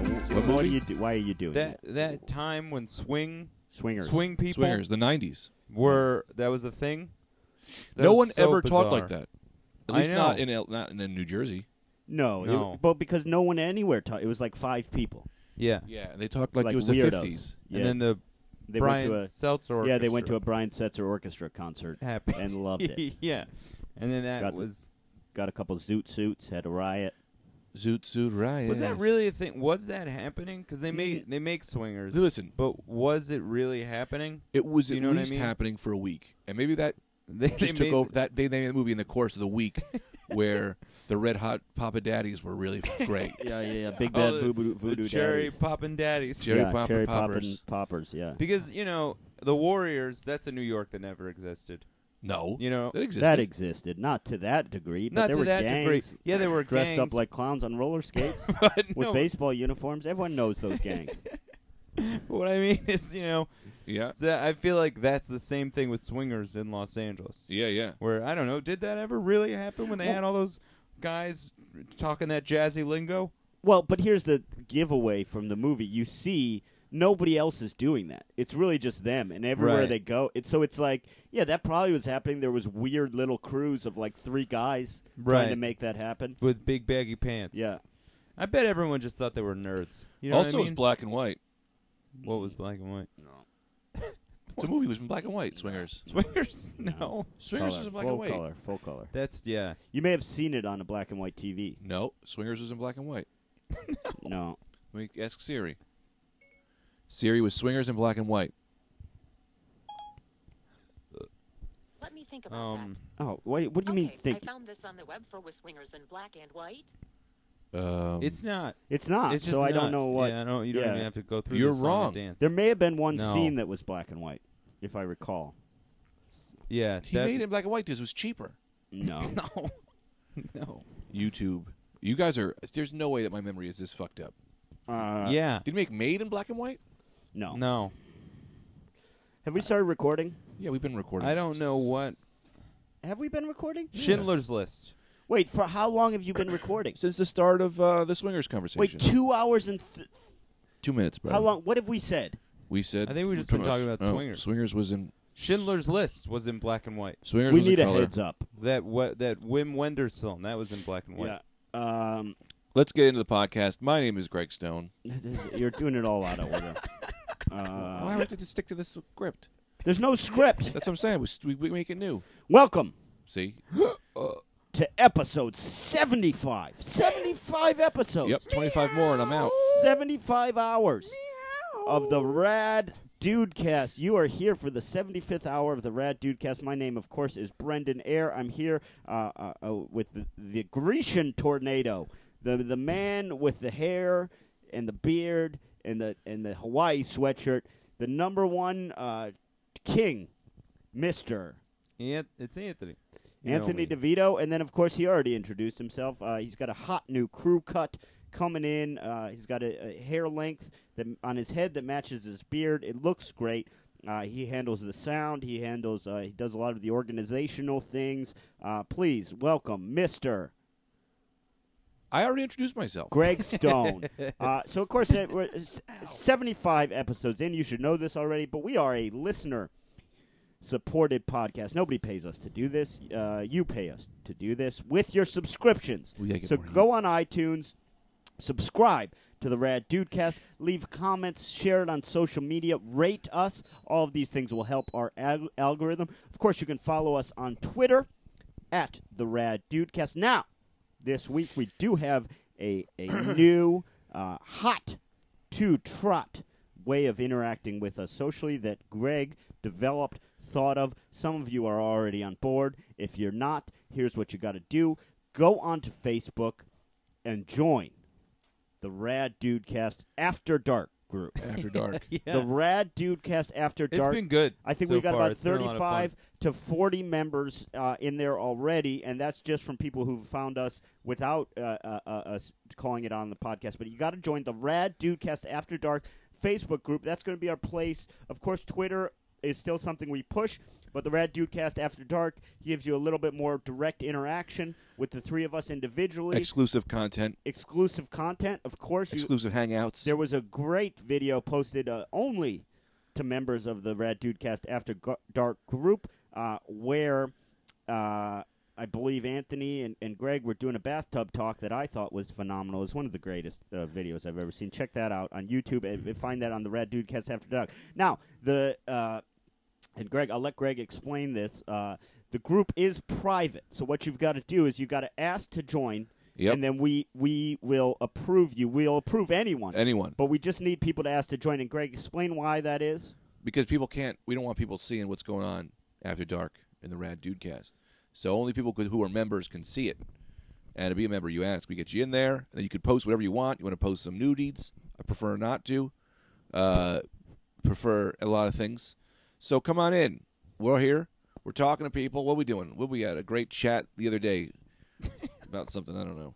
are you do, why are you doing that that? that time when swing Swingers. swing people Swingers, the '90s. were that was a thing. That no was one so ever taught like bizarre. that. At I least not know. in L- not in New Jersey. No, it- No. but because no one anywhere taught. It was like five people. Yeah. Yeah, they talked like, like it was weirdos. the '50s. Yeah, And then the they Brian went to Seltzer. a, yeah, they went to a Orchestra Brian Setzer orchestra concert. happened. and loved it. yeah. And then that Got the- was Got a couple zoot suits. Had a riot. Zoot zoot riot. was that really a thing? Was that happening? Because they Yeah. make they make swingers, Listen, but was it really happening? it was Do you at know what I least mean? happening for a week, and maybe that They, they just took made- over. That they made the movie in the course of the week, where the Red Hot Papa Daddies were really great. Yeah, yeah, yeah. Big Oh, bad the- voodoo, the voodoo cherry daddies. poppin' daddies. Cherry yeah, Popper cherry Poppers. poppin' poppers. Yeah, Because you know the Warriors. That's a New York that never existed. No, You know, that existed. that existed, not to that degree, but not there to were that gangs degree. Yeah, they were dressed gangs, up like clowns on roller skates but with no, baseball uniforms. Everyone knows those gangs. What I mean is, you know, yeah, so I feel like that's the same thing with swingers in Los Angeles. yeah, yeah. Where I don't know, did that ever really happen when they had all those guys talking that jazzy lingo? Well, but here's the giveaway from the movie. You see nobody else is doing that. It's really just them and everywhere Right. they go. It's so it's like, yeah, that probably was happening. There was weird little crews of like three guys trying to Right. make that happen. with big baggy pants. Yeah. I bet everyone just thought they were nerds. You know also, what, I it's mean? black and white. what was black and white? The movie was in black and white. Swingers. Swingers? No. Swingers Color, was in black full and white. color, full color. That's yeah. You may have seen it on a black and white TV. No, Swingers was in black and white. No. Let me ask Siri. Siri was Swingers in black and white. Let me think about Um that. Oh, wait, what do you okay, mean think? I found this on the web for Swingers in black and white. Um, it's not. it's not. It's just ah, so I not. don't know what. Yeah, I don't you don't yeah. even have to go through You're the song and wrong. dance. There may have been one No. scene that was black and white, if I recall. yeah. he that- made it in black and white because it was cheaper. No. No. no. YouTube. You guys are. There's no way that my memory is this fucked up. uh, yeah. Did you make Made in black and white? No. No. Have we started recording? Yeah, we've been recording. I don't know what Have we been recording? Schindler's List. Wait, for how long have you been recording? since the start of uh, the Swingers conversation. Wait, two hours and th- two minutes, bro. how long? What have we said? We said. I think we've just been talking about Swingers. oh, Swingers was in. Schindler's List was in black and white. Swingers we was need in a color. heads up. That what that Wim Wenders film that was in black and white. Yeah. Um, Let's get into the podcast. My name is Greg Stone. you're doing it all out of order. Uh, Why would I stick to this script? there's no script. That's what I'm saying. We, we, we make it new. Welcome See? to episode 75. 75 episodes. Yep, 25 more and I'm out. 75 hours of the Rad Dudecast. You are here for the 75th hour of the Rad Dudecast. My name, of course, is Brendan Air. I'm here uh, uh, uh, with the, the Grecian tornado, the the man with the hair and the beard and the and the Hawaii sweatshirt, the number one uh, king, Mister. Yeah. It's Anthony. You know me. Anthony DeVito, and then of course he already introduced himself. Uh, he's got a hot new crew cut coming in. Uh, he's got a, a hair length that, on his head that matches his beard. It looks great. Uh, he handles the sound. He handles. Uh, he does a lot of the organizational things. Uh, please welcome Mister I already introduced myself. Greg Stone. uh, so of course it, we're s- seventy-five episodes in. You should know this already, but we are a listener supported podcast. Nobody pays us to do this. Uh, you pay us to do this with your subscriptions. We gotta get so more go on iTunes, subscribe to the Rad Dudecast, leave comments, share it on social media, rate us. All of these things will help our al- algorithm. Of course, you can follow us on Twitter at the Rad Dudecast. Now, this week we do have a a new uh, hot to trot way of interacting with us socially that Greg developed, thought of. Some of you are already on board. If you're not, here's what you got to do go onto Facebook and join the Rad Dudecast After Dark group. After dark. Yeah. The Rad Dudecast After It's Dark. been good. I think so we've got far. about It's been a lot of fun. 35 to 40 members uh, in there already, and that's just from people who found us without uh, uh, uh, us calling it on the podcast. But you got to join the Rad Dudecast After Dark Facebook group. That's going to be our place. Of course, Twitter is still something we push, but the Rad Dudecast After Dark gives you a little bit more direct interaction with the three of us individually. Exclusive content, exclusive content, of course. You, exclusive hangouts. there was a great video posted uh, only to members of the Rad Dudecast After Gar- Dark group uh, where uh, I believe Anthony and, and Greg were doing a bathtub talk that I thought was phenomenal. It's one of the greatest uh, videos I've ever seen. Check that out on YouTube and and find that on the Rad Dudecast After Dark. Now, the. Uh, and Greg, I'll let Greg explain this. Uh, the group is private, so what you've got to do is you've got to ask to join, Yep. and then we we will approve you. We'll approve anyone, Anyone. but we just need people to ask to join. And Greg, explain why that is. because people can't. We don't want people seeing what's going on after dark in the Rad Dude Cast. So only people could, who are members can see it. And to be a member, you ask. We get you in there, and then you could post whatever you want. You want to post some nudies? I prefer not to. Uh, prefer a lot of things. So come on in. We're here. We're talking to people. What are we doing? What we had a great chat the other day about something I don't know.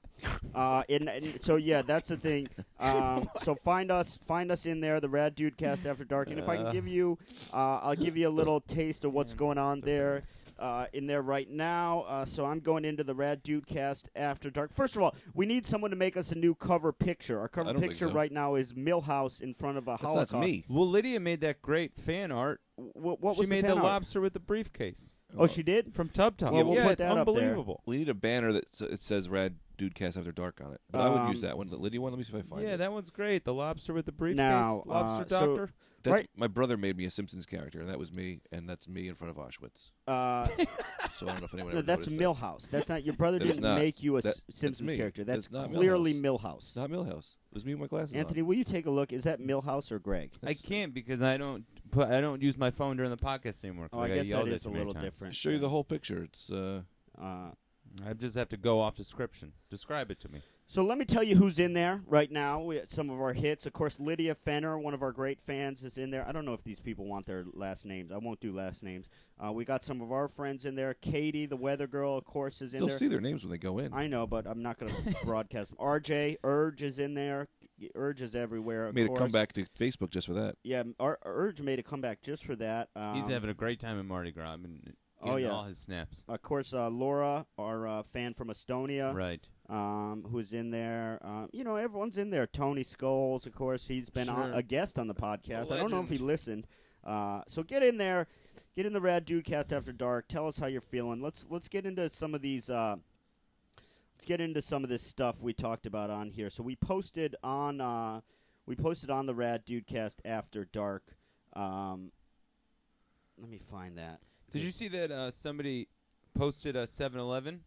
Uh, and, and so yeah, that's the thing. Um, so find us, find us in there, the Rad Dude Cast After Dark. And if I can give you, uh, I'll give you a little taste of what's going on there, uh, in there right now. Uh, so I'm going into the Rad Dude Cast After Dark. First of all, we need someone to make us a new cover picture. Our cover don't think picture so. right now is Millhouse in front of a That's Holocaust. not me. Well, Lydia made that great fan art. Wh- what she was made the, the fan art? lobster with the briefcase Oh, she did. from Tub Top. Yeah, we'll put it's that up there. unbelievable. We need a banner that s- it says "Rad Dude Cast After Dark" on it. But I would use Um, that one. The Lydia one. Let me see if I find Yeah, it. that one's great. The lobster with the briefcase. Now, uh, lobster so- doctor. That's, Right. My brother made me a Simpsons character, and that was me, and that's me in front of Auschwitz. Uh, So I don't know if anyone no, ever that's noticed Millhouse. That's not your brother That is didn't not- make you a that- S- that's Simpsons me. character. That's, That's not clearly Millhouse. That. It's not Millhouse. It was me with my glasses Anthony, will you take a look? Is that Millhouse or Greg? I That's- can't because I don't put I don't use my phone during the podcast anymore. 'cause Oh, I got guess that yelled at is too a many little times. on. different. Show you the whole picture. It's uh, Uh, I just have to go off description. Describe it to me. so let me tell you who's in there right now. We had some of our hits, of course, Lydia Fenner, one of our great fans, is in there. I don't know if these people want their last names. I won't do last names. Uh, we got some of our friends in there. Katie, the weather girl, of course, is in they'll there. see their names when they go in. I know, but I'm not going to broadcast. RJ Urge is in there. Urge is everywhere. Of made course. a comeback to Facebook just for that. Yeah, Ur- Urge made a comeback just for that. Um, He's having a great time in Mardi Gras. I mean, Oh, getting yeah. all his snaps. of course, uh, Laura, our uh, fan from Estonia. Right. um, who's in there. Um, you know, everyone's in there. Tony Scholes, of course, he's been on, Sure. a guest on the podcast. I don't know if he legend. listened. Uh, so get in there, get in the Rad Dude Cast After Dark. Tell us how you're feeling. Let's let's get into some of these. Uh, let's get into some of this stuff we talked about on here. So we posted on uh, we posted on the Rad Dude Cast After Dark. Um, let me find that. Did you see that uh, somebody posted a 7-Eleven?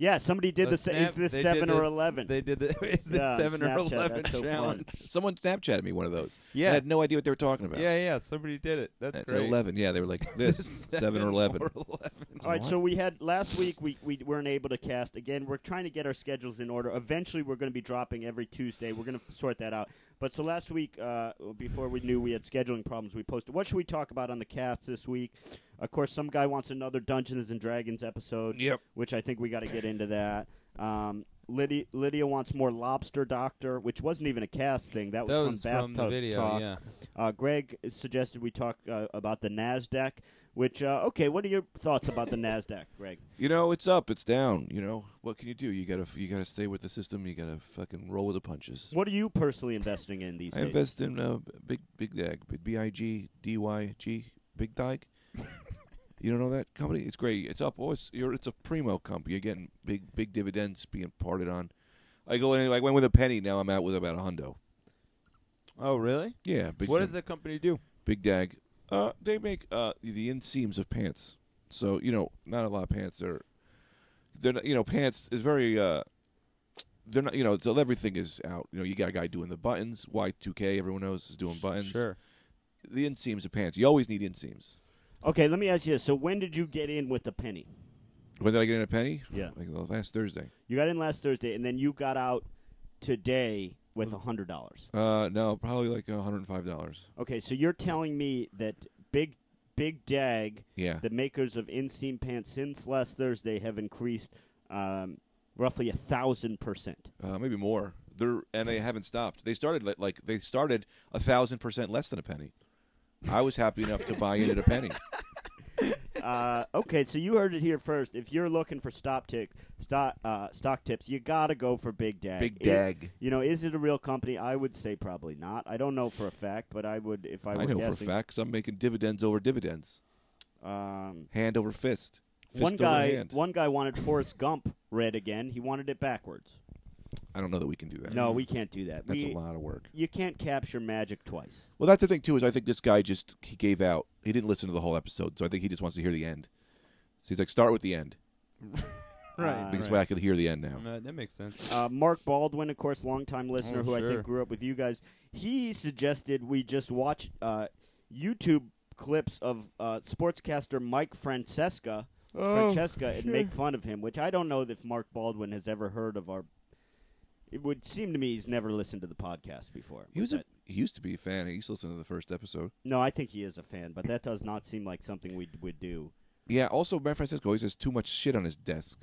Yeah, somebody did A the. se- snap? is this They did seven or this- eleven? They did the is this Yeah, 7 or Snapchat, 11 that's so fun. challenge. Someone Snapchatted me one of those. I Yeah. had no idea what they were talking about. Yeah, yeah, somebody did it. That's At great. eleven. Yeah, they were like this seven or eleven. or 11. All right, so we had last week we, we weren't able to cast again. We're trying to get our schedules in order. Eventually, we're going to be dropping every Tuesday. We're going to sort that out. But so last week, uh, before we knew we had scheduling problems, we posted. What should we talk about on the cast this week? Of course, some guy wants another Dungeons and Dragons episode. Yep. Which I think we got to get into that. Um, Lydia, Lydia wants more Lobster Doctor, which wasn't even a cast thing. That was, that was from from the Bathtub video, Talk. yeah. Uh, Greg suggested we talk uh, about the Nasdaq. Which uh, okay, what are your thoughts about the Nasdaq, Greg? You know, it's up, it's down. You know, what can you do? You gotta, you gotta stay with the system. You gotta fucking roll with the punches. What are you personally investing in these I days? invest in uh, Big Big Dag, B I G D Y G, Big Dag. you don't know that company? It's great. It's up. Oh, it's you're, it's a primo company. You're getting big big dividends being parted on. I go in. I went with a penny. Now I'm out with about a hundo. Oh, really? Yeah. Big what Dag- does the company do? Big Dag? Uh, they make uh the inseams of pants. So you know, not a lot of pants are. They're not, you know pants is very uh. They're not, you know, so everything is out. You know, you got a guy doing the buttons. Y two K, everyone knows is doing buttons Sure. the inseams of pants. You always need inseams. Okay, let me ask you this. So when did you get in with the penny? When did I get in a penny? Yeah. like the last Thursday. You got in last Thursday, and then you got out today with a hundred dollars. Uh, no, probably like one hundred and five dollars. Okay, so you're telling me that big, big Dag, Yeah, the makers of inseam pants since last Thursday, have increased um, roughly a thousand percent. uh, maybe more. They're and they haven't stopped. They started li- like they started a thousand percent less than a penny. I was happy enough to buy in at a penny. Uh, okay, so you heard it here first. If you're looking for stop tick, stock, uh, stock tips, you gotta go for Big Dag. Big It- Dag. you know, is it a real company? I would say probably not. I don't know for a fact, but I would if I were I know for a guessing. fact 'cause I'm making dividends over dividends, Um, hand over fist, fist one over guy, hand. one guy wanted Forrest Gump read again. He wanted it backwards. I don't know that we can do that. No, we can't do that. that's we, a lot of work. You can't capture magic twice. Well, that's the thing too is I think this guy just he gave out. He didn't listen to the whole episode, so I think he just wants to hear the end. So he's like, start with the end. Uh, right. This way I could hear the end now. Uh, that makes sense. Uh, Mark Baldwin, of course, longtime listener Oh, who I sure. think grew up with you guys. He suggested we just watch uh, YouTube clips of uh, sportscaster Mike Francesca, Oh, Francesca, and make fun of him. Which I don't know if Mark Baldwin has ever heard of our. It would seem to me he's never listened to the podcast before. He was a, But- he used to be a fan. He used to listen to the first episode. no, I think he is a fan, but that does not seem like something we would do. Yeah. Also, Matt Francisco always has too much shit on his desk.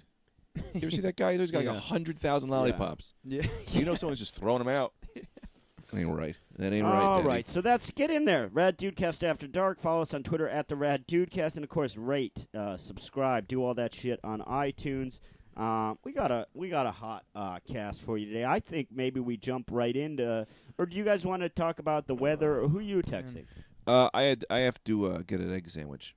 You ever see that guy? He's always got like Yeah. a hundred thousand lollipops. Yeah. You know, someone's just throwing them out. That ain't right. That ain't right. All Daddy. right, so that's get in there. Rad Dudecast After Dark. Follow us on Twitter at the Rad Dudecast, and of course, rate, uh, subscribe, do all that shit on iTunes. Um, we got a we got a hot uh, cast for you today. I think maybe we jump right into, or do you guys want to talk about the weather? Or who you texting? Uh, I had I have to uh, get an egg sandwich.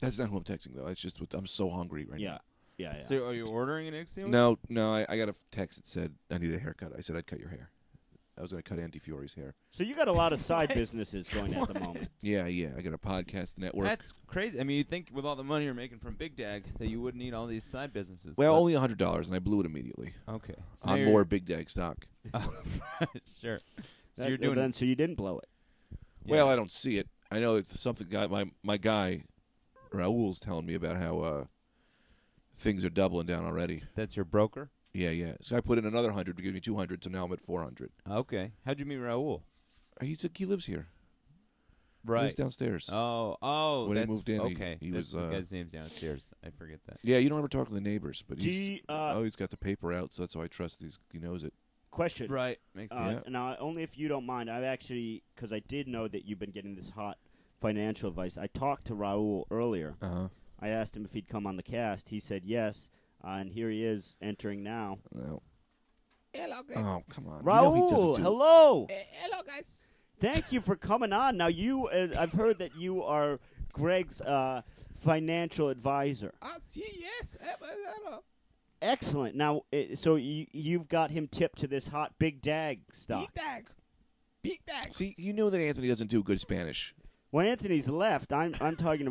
That's not who I'm texting though. That's just what I'm so hungry right Yeah, yeah, yeah. So are you ordering an egg sandwich? now. No, no, I, I got a text that said I need a haircut. I said I'd cut your hair. I was gonna cut Andy Fiore's hair. So you got a lot of side businesses going at the What? moment. Yeah, yeah. I got a podcast network. That's crazy. I mean, you'd think with all the money you're making from Big Dag that you wouldn't need all these side businesses. well, but- only hundred dollars, and I blew it immediately okay. So now on you're- Oh, more Big Dag stock. sure. So That- you're doing. then, so you didn't blow it. yeah. Well, I don't see it. I know it's something. Guy, my my guy, Raul's telling me about how uh, things are doubling down already. that's your broker. Yeah, yeah. So I put in another hundred to give me two hundred. So now I'm at four hundred. Okay. How'd you meet Raul? He's he lives here. He lives Right. downstairs. Oh, oh, When he that's moved in, he- okay. he That's was, the uh, guy's name's downstairs. I forget that. Yeah, you don't ever talk to the neighbors, but Do he's you, uh, oh, he's got the paper out, so that's why I trust he's he knows it. Question. Right. Makes sense. Uh, Yeah. Now, only if you don't mind, I've actually, because I did know that you've been getting this hot financial advice. I talked to Raul earlier. Uh huh. I asked him if he'd come on the cast. He said yes, uh, and here he is entering now. No. Oh come on, Raul, You know he doesn't do- hello. Eh, hello, guys. Thank you for coming on. Now, you, uh, I've heard that you are Greg's uh, financial advisor. Ah, see, yes. eh, but, uh, Excellent. Now, uh, so you, you've got him tipped to this hot big dag stuff. Big dag. Big dag. See, you know that Anthony doesn't do good Spanish. When Anthony's left, I'm, I'm talking to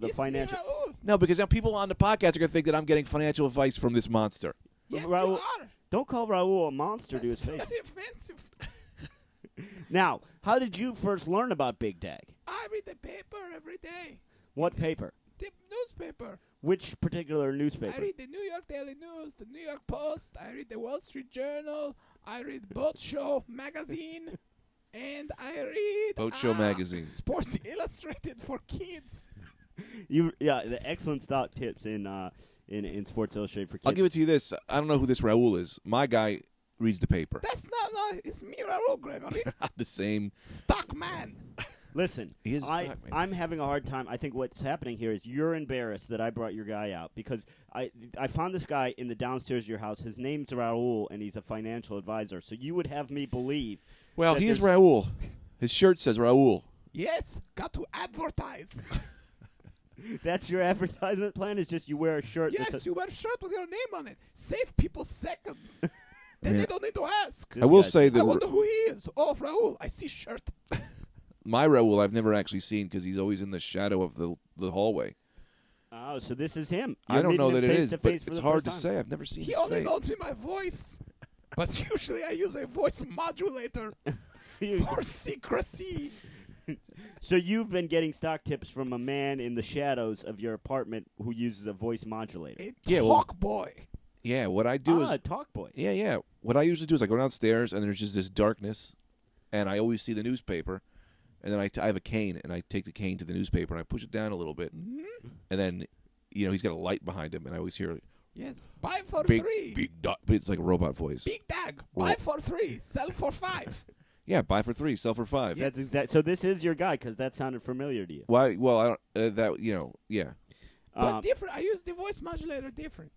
the It's me, financial. Raoul. No, because now people on the podcast are gonna think that I'm getting financial advice from this monster. Yes, Raoul, you are. Don't call Raul a monster to his That's face. very offensive. Now, how did you first learn about Big Dag? I read the paper every day. What paper? The newspaper. Which particular I newspaper? read the New York Daily News, the New York Post. I read the Wall Street Journal. I read Boat Show magazine. And I read Boat Show ah, magazine. Sports Illustrated for kids. You yeah, the excellent stock tips in uh in, in Sports Illustrated for kids. I'll give it to you this. I don't know who this Raul is. My guy reads the paper. That's not, not it's me, Raoul Gregory. the same. Stockman. Listen, He is a I, stock man. I'm having a hard time. I think what's happening here is you're embarrassed that I brought your guy out because I I found this guy in the downstairs of your house. His name's Raul, and he's a financial advisor. So you would have me believe. Well, that he is there's- Raul. His shirt says Raul. Yes, got to advertise. That's your advertisement plan. Is just you wear a shirt. that's Yes, a, you wear a shirt with your name on it. Save people seconds. then Yeah. they don't need to ask. This I will guy- say that I wonder who he is. Oh, Raul, I see shirt. my Raul I've never actually seen because he's always in the shadow of the the hallway. Oh, so this is him. I You're don't meeting know him that it face is, to but face for it's the hard first to time. say. I've never seen He his only face. knows me my voice. But usually I use a voice modulator You- for secrecy. So you've been getting stock tips from a man in the shadows of your apartment who uses a voice modulator. A Yeah, well- talk boy. Yeah, what I do ah, is talk boy. yeah, yeah. What I usually do is I go downstairs and there's just this darkness, and I always see the newspaper, and then I, t- I have a cane and I take the cane to the newspaper and I push it down a little bit, Mm-hmm. and then you know he's got a light behind him and I always hear Yes. Buy for big three. big dot, but it's like a robot voice. Big tag. Well- Buy for three. Sell for five. Yeah, buy for three, sell for five. That's exact. So this is your guy because that sounded familiar to you. Why? Well, I don't. Uh, that you know, yeah. But Um, different. I use the voice modulator different.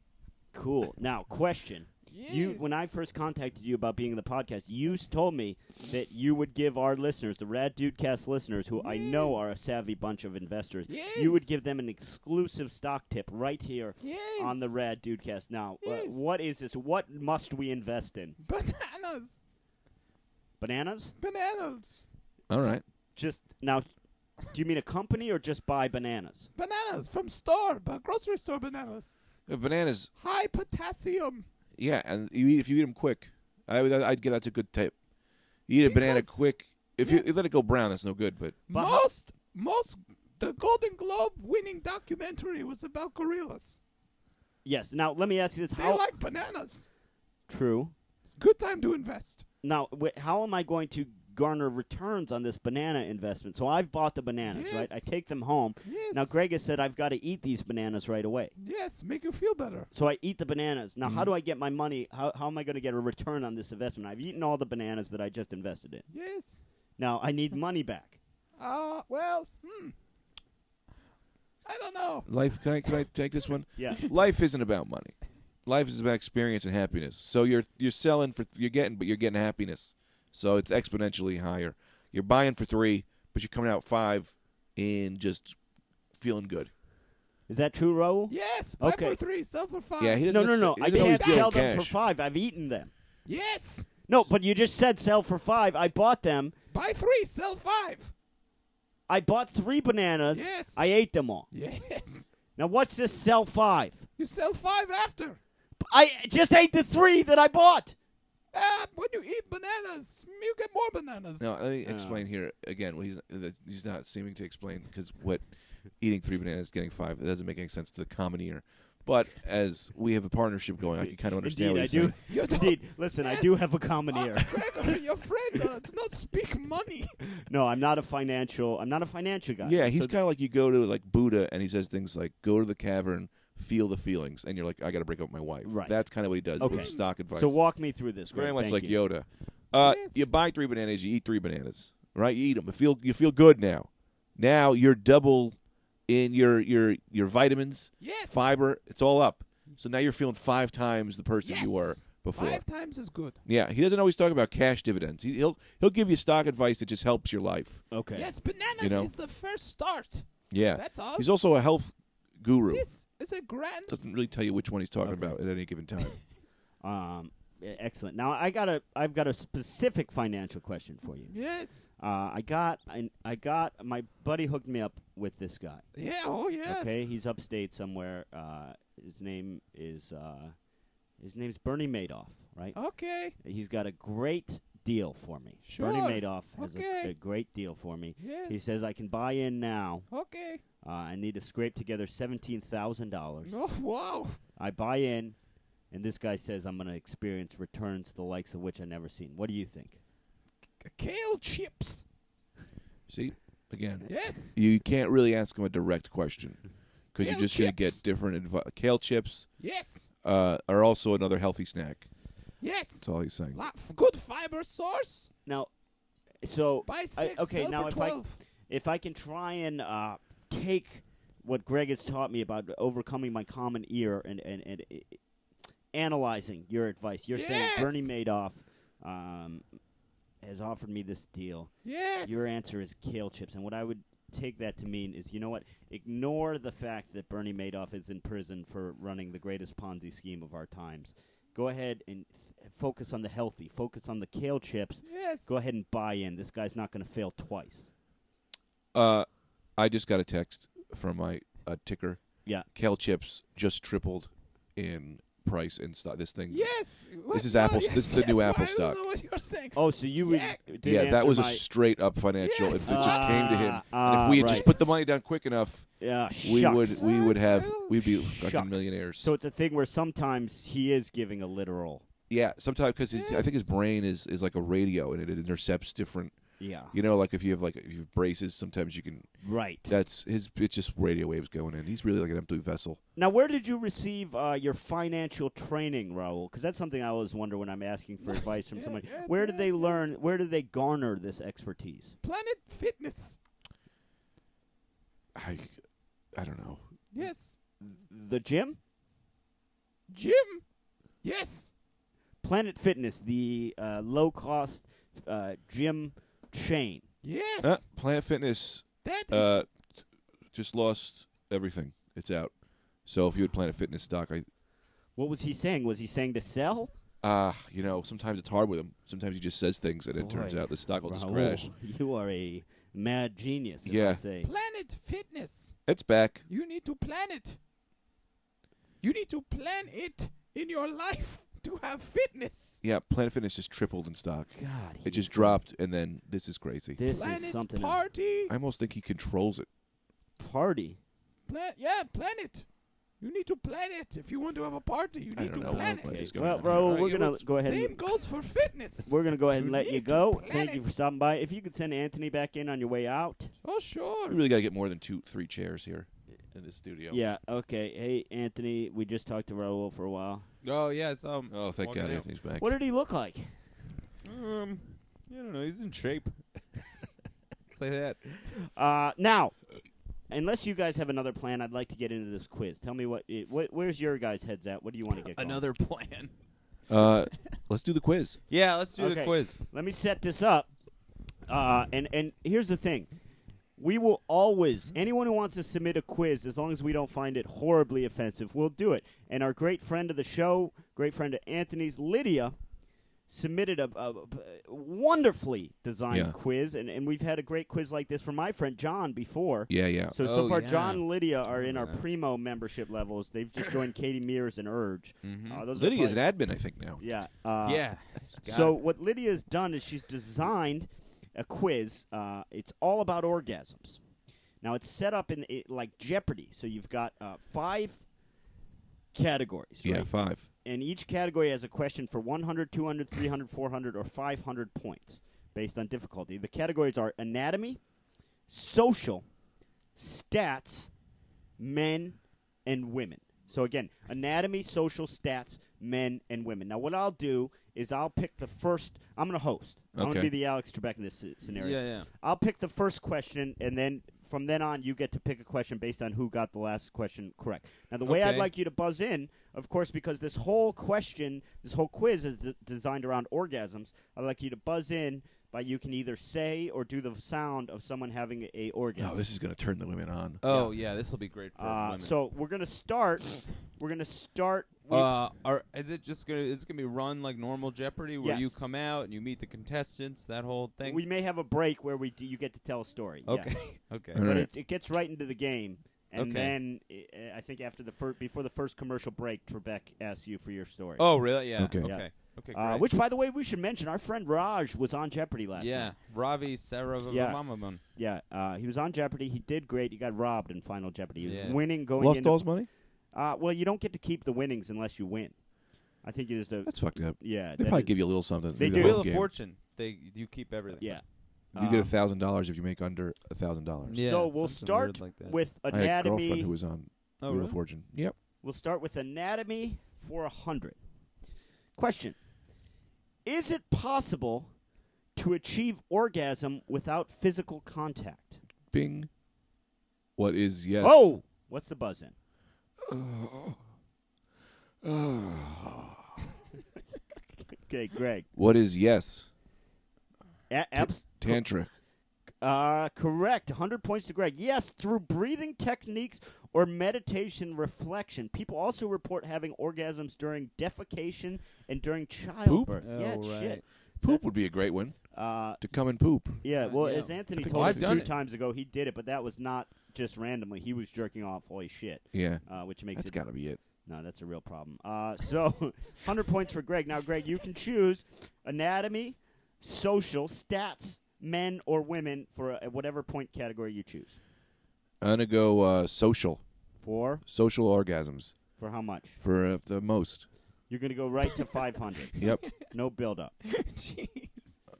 cool. Now, question. You Yes. when I first contacted you about being in the podcast, you s- told me that you would give our listeners, the Rad Dudecast listeners, who I know are a Yes. savvy bunch of investors, you would Yes. give them an exclusive stock tip right here Yes. on the Rad Dudecast. Now, uh, Yes. what is this? What must we invest in? Bananas. Bananas? Bananas. All right. Just now, do you mean a company or just buy bananas? Bananas from store, but grocery store bananas. Uh, Bananas. High potassium. Yeah, and you eat if you eat them quick. I would, I'd give that's a good tip. You eat a banana Because- quick. If you, Yes. you let it go brown, that's no good. But But ho- most, most, the Golden Globe winning documentary was about gorillas. Yes. Now, let me ask you this: They How like bananas. true? It's a good time to invest. Now, wh- how am I going to garner returns on this banana investment? So I've bought the bananas, right? Yes. I take them home. Yes. Now, Greg has said I've got to eat these bananas right away. Yes, make you feel better. So I eat the bananas. Now, how do I get my money? How, how am I going to get a return on this investment? I've eaten all the bananas that I just invested in. Yes. Now, I need money back. Uh, well, hmm. I don't know. life, can I can I take this one? Yeah. Life isn't about money. Life is about experience and happiness. So you're you're selling for you're getting, but you're getting happiness. So it's exponentially higher. You're buying for three, but you're coming out five and just feeling good. Is that true, Raul? Yes, buy Okay. for three, sell for five. Yeah, he doesn't. No, no, no. he I doesn't always can't deal in sell them for cash. five. I've eaten them. Yes, No, but you just said sell for five. I bought them. buy three, sell five. I bought three bananas. Yes. I ate them all. Yes, Now, what's this sell five? you sell five after. I just ate the three that I bought. Uh, when you eat bananas, you get more bananas. No, let me explain here again. What he's that he's not seeming to explain because what eating three bananas, getting five, it doesn't make any sense to the common ear. But as we have a partnership going, I can kind of understand Indeed, I what he's do. saying. You don't- Indeed, listen, I Yes. do have a common ear. Uh, Gregor, your friend uh, does not speak money. No, I'm not a financial. I'm not a financial guy. Yeah, he's So- kind of like you go to like Buddha and he says things like "Go to the cavern, feel the feelings," and you're like, "I got to break up with my wife." Right. That's kind of what he does Okay. with stock advice. So walk me through this. very Greg. much Thank like you. Yoda. Uh, Yes. You buy three bananas, you eat three bananas, right? You eat them. You feel you feel good now. Now you're double in your your your vitamins, Yes. fiber. It's all up. So now you're feeling five times the person Yes. you were before. Five times is good. Yeah, he doesn't always talk about cash dividends. He, he'll he'll give you stock advice that just helps your life. Okay. Yes, bananas You know? is the first start. Yeah, That's all. He's also a health guru. This is a grand. doesn't really tell you which one he's talking about at any given time. Um, e- excellent. Now I got a. I've got a specific financial question for you. Yes. Uh, I got. I, I got. My buddy hooked me up with this guy. Yeah. Oh yes. Okay, he's upstate somewhere. Uh, his name is. Uh, his name's Bernie Madoff, right? Okay. He's got a great deal for me. Bernie Sure. Madoff has a, Okay. a great deal for me. Yes. He says I can buy in now. okay. Uh, I need to scrape together seventeen thousand dollars. Oh wow. I buy in, and this guy says I'm going to experience returns the likes of which I never seen. What do you think? K- Kale chips. See, again, Yes. you can't really ask him a direct question because you're Kale just going to chips. get different advice. Kale chips Yes. uh, are also another healthy snack. Yes. That's all he's saying. Lot f- good fiber source. Now, so Buy six. I, okay, sell now for if I twelve. if I can try and uh, take what Greg has taught me about overcoming my common ear and and, and uh, analyzing your advice, you're saying Bernie Madoff um, has offered me this deal. yes. Your answer is kale chips, and what I would take that to mean is, you know what? Ignore the fact that Bernie Madoff is in prison for running the greatest Ponzi scheme of our times. Go ahead and th- focus on the healthy. Focus on the kale chips. yes. Go ahead and buy in. This guy's not going to fail twice. Uh, I just got a text from my uh, ticker. Yeah. Kale chips just tripled in price and stock. This thing. Yes. What? This is No, Apple- Yes, this is the yes, new well, Apple I don't stock. know what you're saying. Oh, so you would Yeah. did Yeah, that was a my, straight up financial. Yes. If it just came to him, Ah, and if we had right. just put the money down quick enough, yeah, we shucks. would we would have we'd be Shucks. fucking millionaires. So it's a thing where sometimes he is giving a literal. Yeah, sometimes because I think Yes. his brain is, is like a radio and it intercepts different Yeah. You know, like if you have like if you have braces, sometimes you can. Right. That's his. It's just radio waves going in. He's really like an empty vessel. Now, where did you receive uh, your financial training, Raul? Because that's something I always wonder when I'm asking for advice from Yeah, somebody. yeah, where did they yes, yes. learn? Where did they garner this expertise? Planet Fitness. I, I don't know. Yes. The gym, Jim. Yes. Planet Fitness, the uh, low-cost uh, gym chain. Yes. Uh, Planet Fitness that is uh, t- just lost everything. It's out. So if you had Planet Fitness stock, I What was he saying? Was he saying to sell? ah, you know, sometimes it's hard with him. Sometimes he just says things, and it turns Boy, out the stock will just Raul, crash. You are a mad genius. if I Yeah. say. Planet Fitness. It's back. You need to plan it. You need to plan it in your life to have fitness. Yeah, Planet Fitness just tripled in stock. God, he- It just dropped, and then this is crazy. This is planet something. else. party. I almost think he controls it. Party. Plan- yeah, plan it. You need to plan it. If you want to have a party, you I need don't to know plan what's it. just going Well, on. Raul, Alright, we're yeah, gonna let's- go ahead Same and goes for fitness. We're going to go ahead and You let you need to go. plan Thank you it. for stopping by. If you could send Anthony back in on your way out. oh, sure. We really got to get more than two, three chairs here in this studio. Yeah, okay. Hey, Anthony, we just talked to Raul for a while. Oh yes. Um. Oh, thank Walking God, out. Anthony's back. What did he look like? Um. I don't know. He's in shape. Say that. Uh, now, unless you guys have another plan, I'd like to get into this quiz. Tell me what, i what where's your guys' heads at? What do you want to get going? Another plan. Uh, let's do the quiz. Yeah. Let's do Okay. the quiz. Let me set this up. Uh, and and here's the thing. We will always anyone who wants to submit a quiz, as long as we don't find it horribly offensive, we'll do it. And our great friend of the show, great friend of Anthony's, Lydia, submitted a, a- a wonderfully designed Yeah. quiz, and, and we've had a great quiz like this from my friend John before. Yeah, yeah. So so Oh, far, yeah. John and Lydia are in our Yeah. primo membership levels. They've just joined Katie Mears and Urge. Uh, those are Lydia's an fun. admin, I think now. yeah. Uh, Mm-hmm. yeah. Got so it. what Lydia's done is she's designed a quiz. Uh, it's all about orgasms. Now it's set up in it, like Jeopardy. So you've got uh, five categories, Yeah, right? five. And each category has a question for 100, 200, 300, 400, or 500 points based on difficulty. The categories are anatomy, social, stats, men, and women. So again, anatomy, social, stats, men, and women. Now, what I'll do is I'll pick the first. I'm going to host. I'm going to Okay. be the Alex Trebek in this sce- scenario. Yeah. Yeah. I'll pick the first question, and then from then on, you get to pick a question based on who got the last question correct. Now, the way I'd Okay. like you to buzz in, of course, because this whole question, this whole quiz is d- designed around orgasms. I'd like you to buzz in by you can either say or do the sound of someone having a orgasm. No, Oh, this is going to turn the women on. Oh yeah. This will be great Oh, for uh, women. so we're gonna start. We're gonna start. we- Uh, are, is it just gonna? Is it gonna be run like normal Jeopardy, where Yes. you come out and you meet the contestants, that whole thing? we may have a break where we do, you get to tell a story. yeah. okay, okay. All but right. it, it gets right into the game. And Okay. then uh, I think after the fir- before the first commercial break, Trebek asks you for your story. Oh, really? Yeah. Okay. Okay. Yeah. Okay. great. uh, which by the way, we should mention our friend Raj was on Jeopardy last yeah, night. Ravi Saravaman. Yeah. Yeah. Yeah, uh, he was on Jeopardy. He did great. He got robbed in Final Jeopardy. He was Yeah. winning going Lost into all his money? uh, well, you don't get to keep the winnings unless you win. I think it is the That's fucked up. yeah. They that probably is- give you a little something. They do. Maybe the whole Wheel of game. Fortune. They you keep everything. yeah. You get a Um, thousand dollars if you make under a thousand dollars. Yeah, so we'll something weird start like that. with I had a anatomy. girlfriend who was on Oh, Wheel really? of Fortune. Yep. We'll start with anatomy for 100. Question Is it possible to achieve orgasm without physical contact? Bing. What is yes? Oh! What's the buzz in? Okay, Greg. What is yes? A- abs- Tantric. uh, correct. 100 points to Greg. Yes, through breathing techniques or meditation reflection. People also report having orgasms during defecation and during childbirth. Oh, yeah, shit. right. Poop would be a great one. Uh, To come and poop. Yeah, Uh, well, yeah. as Anthony I think told I've us done two it. times ago, he did it, but that was not just randomly. He was jerking off. Holy shit! Yeah. Uh, which makes That's it got to be it. no, that's a real problem. Uh, so, hundred points for Greg. Now, Greg, you can choose anatomy, social, stats, men or women for uh, whatever point category you choose. I'm gonna go uh, social. For Social orgasms for how much? for uh, the most. You're gonna go right to five hundred. Yep. No build up. Jeez.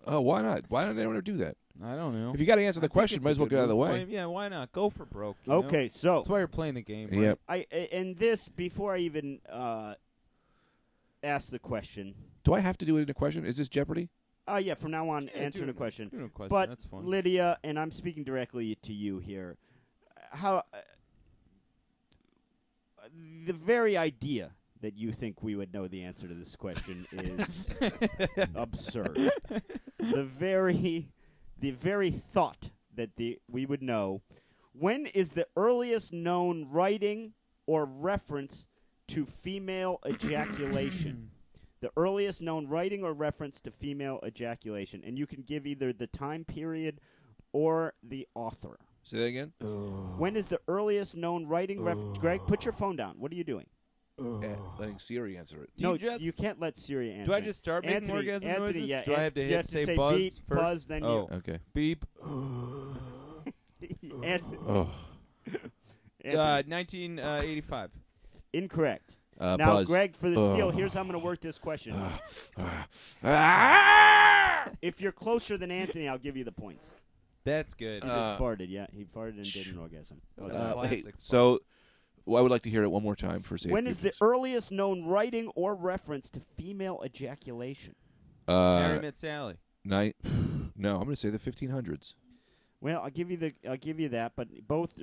oh, why not? Why don't anyone ever do that? I don't know. If you got to answer the I think question, it's might a as well good get out of the move. way. Why- yeah, why not? Go for broke. you know? Okay, so That's why you're playing the game. Right? Yep. I a- and this before I even uh, ask the question. Do I have to do it in a question? Is this Jeopardy? Uh, yeah, from now on, Yeah, answer do the it. question. You're no question. But That's fine. Lydia, and I'm speaking directly to you here. How uh, the very idea that you think we would know the answer to this question is absurd. The very, the very thought that the we would know. When is the earliest known writing or reference to female ejaculation? the earliest known writing or reference to female ejaculation, and you can give either the time period or the author. Say that again. When is the earliest known writing ref? Greg, put your phone down. What are you doing? Eh, letting Siri answer it. Do no, you just- can't let Siri answer. Do I just start making Anthony, orgasm Anthony, noises? Yeah, Do I have to Ant- hit you have say, say buzz beep, first? buzz, then oh. Okay. Beep. you. Anthony, Oh, Uh, Anthony, 1985. incorrect. uh, now, buzz. Greg, for the steal, Oh. here's how I'm going to work this question. Ah! if you're closer than Anthony, I'll give you the points. That's good. He just Uh, farted. Yeah, he farted and did an orgasm. That was Uh, a wait, classic. so, well, I would like to hear it one more time for safety. When is the earliest known writing or reference to female ejaculation? Mary uh, Met Sally. night? No, I'm going to say the 1500s. Well, I'll give you the I'll give you that, but both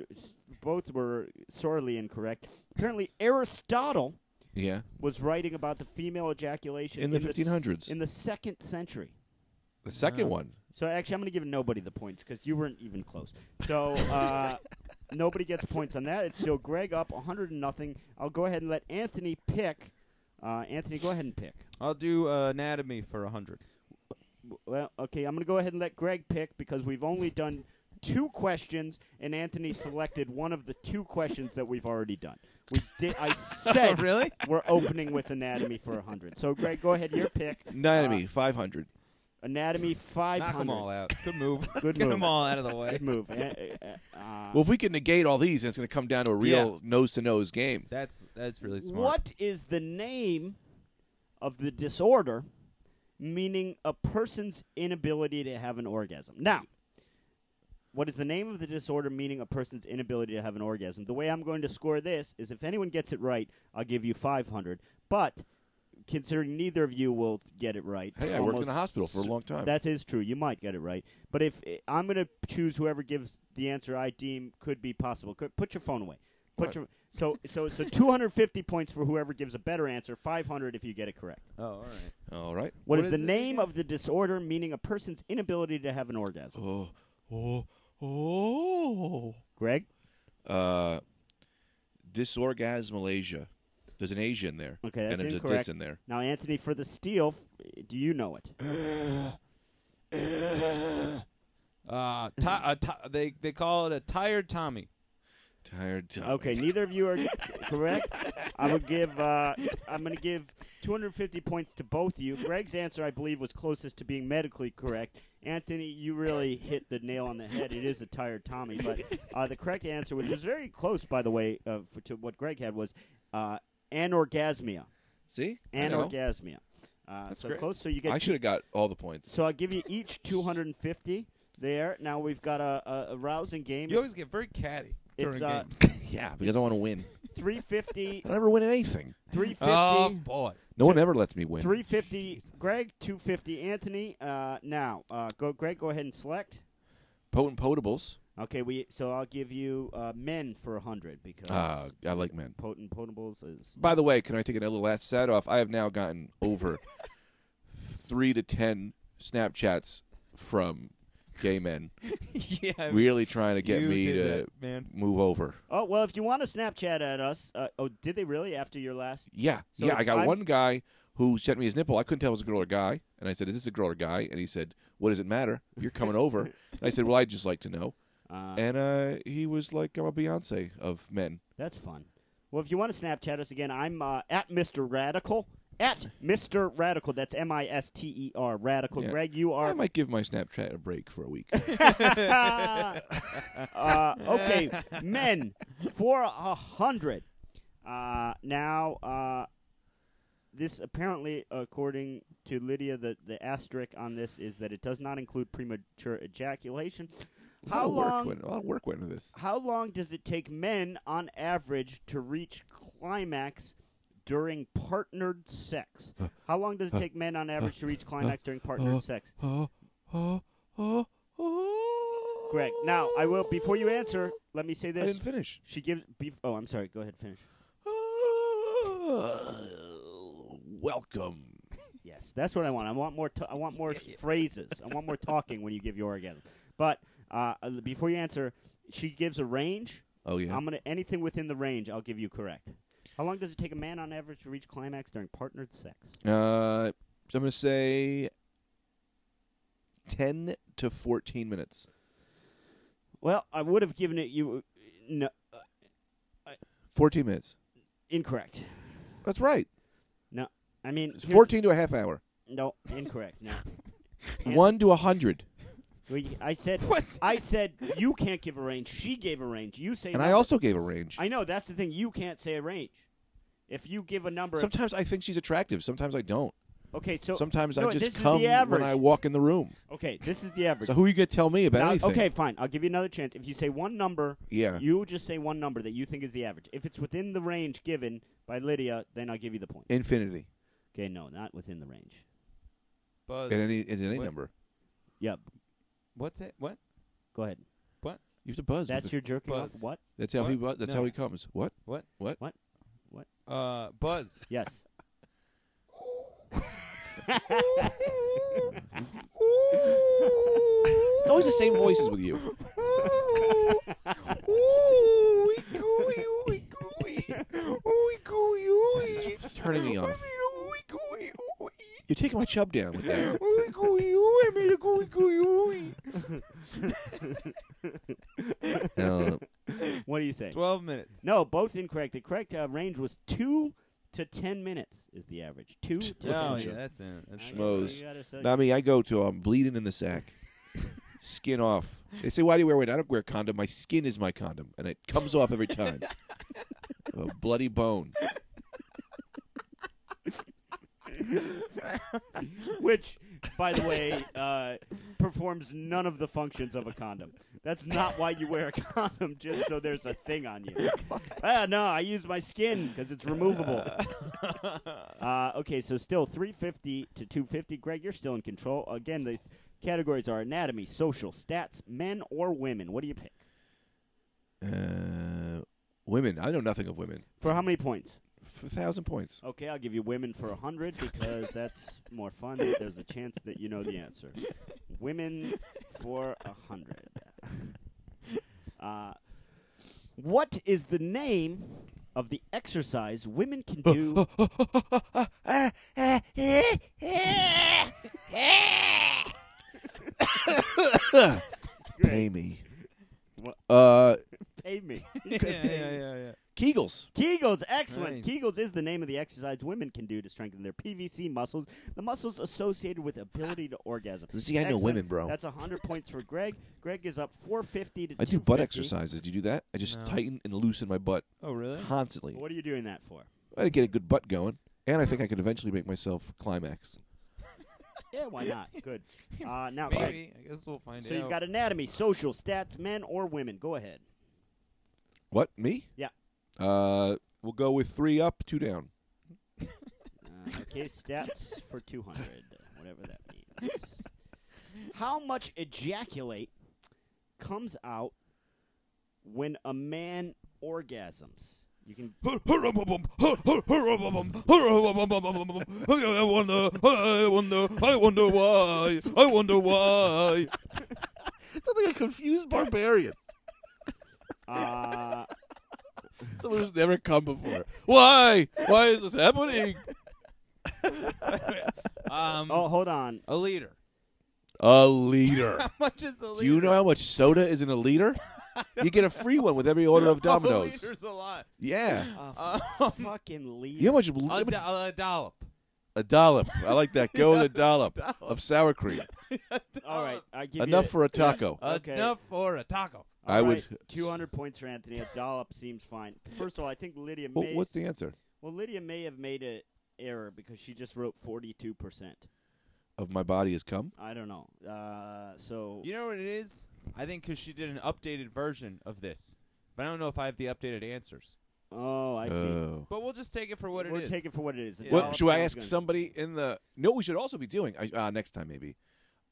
both were sorely incorrect. Apparently, Aristotle Yeah, was writing about the female ejaculation In the s- 1500s. in the second century. the second Wow. one. So actually, I'm going to give nobody the points because you weren't even close. So uh, nobody gets points on that. It's still Greg up 100 and nothing. I'll go ahead and let Anthony pick. Uh, Anthony, go ahead and pick. I'll do uh, anatomy for 100. W- Well, okay, I'm going to go ahead and let Greg pick because we've only done two questions, and Anthony selected one of the two questions that we've already done. We did. I said Oh, really? we're opening with anatomy for 100. So, Greg, go ahead, your pick. Anatomy, Uh, 500. Anatomy 500. Knock them all out. Good move. Good Get move. them all out of the way. Good move. Eh, A- a- a- uh, Well, if we can negate all these, then it's going to come down to a real nose to nose game. That's that's really smart. what is the name of the disorder meaning a person's inability to have an orgasm? Now, what is the name of the disorder meaning a person's inability to have an orgasm? The way I'm going to score this is if anyone gets it right, I'll give you 500. But considering neither of you will get it right, Hey, I worked in almost a hospital for a long time. that is true. You might get it right, but if eh, I'm going to choose whoever gives the answer I deem could be possible, Could- put your phone away. Put What? your so so so 250 points for whoever gives a better answer. 500 if you get it correct. Oh, all right. all right. what is, is the it name again? of the disorder meaning a person's inability to have an orgasm? Oh, oh, oh. Greg, Uh, disorgasmalasia. There's an Asia in there. Okay, that's and there's a incorrect. dis in there. now Anthony for the steal. f- Do you know it? Uh, ti- uh, ti- they they call it a tired Tommy. Tired. tummy. Okay, neither of you are correct. I'm gonna give uh, I'm gonna give 250 points to both of you. Greg's answer, I believe, was closest to being medically correct. Anthony, you really hit the nail on the head. It is a tired Tommy, but uh, the correct answer, which is very close, by the way, uh, for, to what Greg had, was uh, anorgasmia. See? I know. Anorgasmia. Uh, That's so great. close. So you get I two- should have got all the points. so I'll give you each 250 there. Now we've got a, a, a rousing game. You always get very catty during It's, uh, games. yeah, because I want to win. 350. I never win anything. 350. oh boy. No one ever lets me win. 350 Greg, 250 Anthony. Uh, now, uh, go Greg, go ahead and select. Potent potables. Okay, we so I'll give you uh, men for 100 because Uh, I like men. potent potables is By the way, can I take another last set off? I have now gotten over three to ten Snapchats from gay men yeah. really trying to get you me did to that, man. move over. Oh, well, if you want to Snapchat at us. Uh, oh, did they really after your last? Yeah, So yeah. it's- I got I'm- one guy who sent me his nipple. I couldn't tell it was a girl or a guy, and I said, "Is this a girl or a guy?" And he said, "What does it matter? You're coming over." And I said, "Well, I'd just like to know." Uh, And uh, he was like, "I'm a Beyonce of men." that's fun. Well, if you want to Snapchat us again, I'm uh, at Mr. Radical. At Mr. Radical. That's M I S T E R. Radical. Yeah. Greg, you are I might give my Snapchat a break for a week. uh, okay, men for a hundred. Uh, now uh, this apparently, according to Lydia, the, the asterisk on this is that it does not include premature ejaculation. How a lot of work long? went- a lot of work went into this. How long does it take men on average to reach climax during partnered sex? How long does it take men on average to reach climax during partnered sex? Greg, now I will before you answer, let me say I this. didn't finish. She gives bef- Oh, I'm sorry. Go ahead finish. Welcome. Yes, that's what I want. I want more. T- I want more phrases. I want more talking when you give your orgasm. But uh, before you answer, she gives a range. Oh yeah. I'm gonna anything within the range. I'll give you correct. How long does it take a man on average to reach climax during partnered sex? Uh, so I'm gonna say ten to fourteen minutes. Well, I would have given it you. uh, No, Fourteen minutes. incorrect. That's right. No, I mean It's here's- fourteen to a half hour. No, incorrect. No, Answer. One to a hundred. We- I said. What? I said you can't give a range. She gave a range. You say. And I number. also gave a range. I know that's the thing. You can't say a range. If you give a number, Sometimes I think she's attractive. Sometimes I don't. okay. So Sometimes no, I this just is come the average. when I walk in the room. Okay, this is the average. So who you gonna tell me about Now- anything? okay, fine. I'll give you another chance. If you say one number, Yeah. you just say one number that you think is the average. If it's within the range given by Lydia, then I'll give you the point. Infinity. Okay, no, not within the range. Buzz. In any in any What? number. Yep. What's it? What? Go ahead. What? You have to buzz. with That's the- your jerking off. Buzz. What? That's how he. What? bu- That's No. how he comes. What? What? What? Uh, Buzz. Yes. It's always the same voices with you. This is turning me off. You're taking my chub down with that. Uh, what do you say? Twelve minutes. No, both incorrect. The correct uh, range was two to ten minutes is the average. Two to Oh ten yeah, minutes. that's it. That's I it. gotta- Schmoes. you gotta say- not me. I go to I'm bleeding in the sack, skin off. They say, "Why do you wear one?" I don't wear a condom. My skin is my condom, and it comes off every time. a bloody bone. which, by the way, uh, performs none of the functions of a condom. That's not why you wear a condom, just so there's a thing on you. ah, no, I use my skin because it's removable. Uh, okay, so still 350 to 250. Greg, you're still in control. Again, the categories are anatomy, social, stats, men or women. What do you pick? Uh, women. I know nothing of women. For how many points? F- A thousand points. Okay, I'll give you women for 100 because that's more fun. There's a chance that you know the answer. Women for 100. Uh, what is the name of the exercise women can do? Pay me. What? Uh, Pay me. yeah, yeah, yeah, yeah. Kegels. Kegels, Nice. excellent. Kegels is the name of the exercise women can do to strengthen their PVC muscles, the muscles associated with ability to orgasm. See, I know Excellent. women, bro. That's 100 points for Greg. Greg is up 450 to I do butt 250. exercises. Do you do that? I just No. tighten and loosen my butt Oh really? constantly. What are you doing that for? I to get a good butt going, and I think I could eventually make myself climax. Yeah, why not? Good. Uh, now, Greg, Maybe. I guess we'll find so out. you've got anatomy, social, stats, men or women. Go ahead. What me? Yeah. Uh, we'll go with three up, two down. Uh, okay, stats for 200, whatever that means. How much ejaculate comes out when a man orgasms? You can I wonder, I wonder, I wonder why, I wonder why. Sounds like a confused barbarian. uh, Someone who's never come before. Why? Why is this happening? Um, oh, hold on. a liter. A liter. How much is a liter? Do you know how much soda is in a liter? You get a free one with every order of A Domino's. liter's a lot. Yeah. A Um, Uh, fucking lead. You know how much? A, do- a dollop. a dollop. I like that. Go with a dollop of sour cream. All right, I give you Enough for a taco. Okay. Enough for a taco. all I would- right, 200 points for Anthony. A dollop seems fine. First of all, I think Lydia Well, may what's the answer? Well, Lydia may have made a error because she just wrote 42%. Of my body has come. I don't know. Uh, so You know what it is? I think because she did an updated version of this, but I don't know if I have the updated answers. Oh, I see. Oh. But we'll just take it for what We're it is. taking for what it is. Yeah. Well, Well, should I Donald ask Trump's gonna- somebody in the? No, we should also be doing I, uh, next time maybe.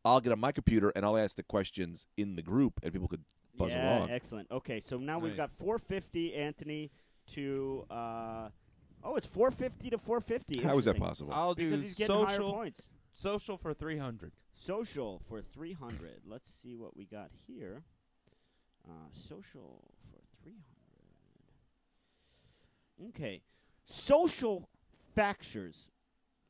I'll get on my computer and I'll ask the questions in the group, and people could buzz yeah, along. excellent. Okay, so now we've got Nice. 450, Anthony, to. Uh, oh, it's 450 to 450. How is that Interesting. possible? I'll Because do he's getting higher social points. social for three hundred. Social for 300. Let's see what we got here. Uh, social for 300. Okay. Social factures.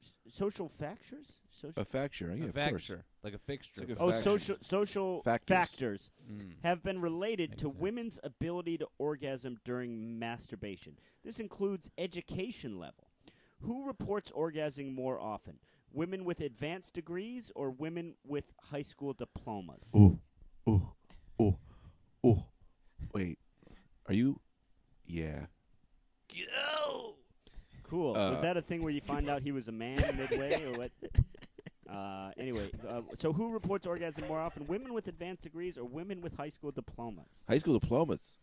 S- social factures? Social. a facture, Oh, yeah, a of facture, course. like a fixture. It's like a Oh, Uh, factors. social social Factors. factors, Mm. have been related Makes to sense. women's ability to orgasm during masturbation. This includes education level. Who reports orgasming more often? Women with advanced degrees or women with high school diplomas? Ooh, ooh, ooh, ooh. Wait, are you? Yeah. Go. Cool. Uh, was that a thing where you find out he was a man midway or what? Uh, anyway, uh, so who reports orgasm more often? Women with advanced degrees or women with high school diplomas? High school diplomas.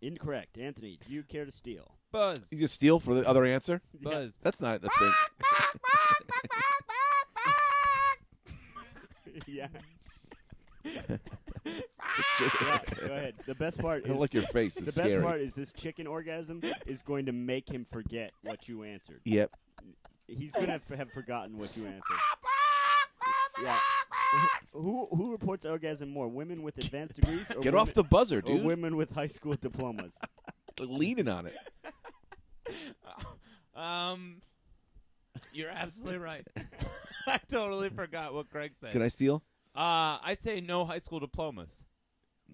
Incorrect. Anthony, do you care to steal? Buzz, You can steal for the other answer. buzz. That's not a thing. yeah. yeah. Go ahead. The best part I don't is like your face. It's the scary. best part is this chicken orgasm is going to make him forget what you answered. Yep. He's gonna f- have forgotten what you answered. Yeah. who who reports orgasm more? Women with advanced degrees or Get women, off the buzzer, or dude. women with high school diplomas? Leaning on it. Um, you're absolutely right. I totally forgot what Craig said. Can I steal? Uh, I'd say no high school diplomas.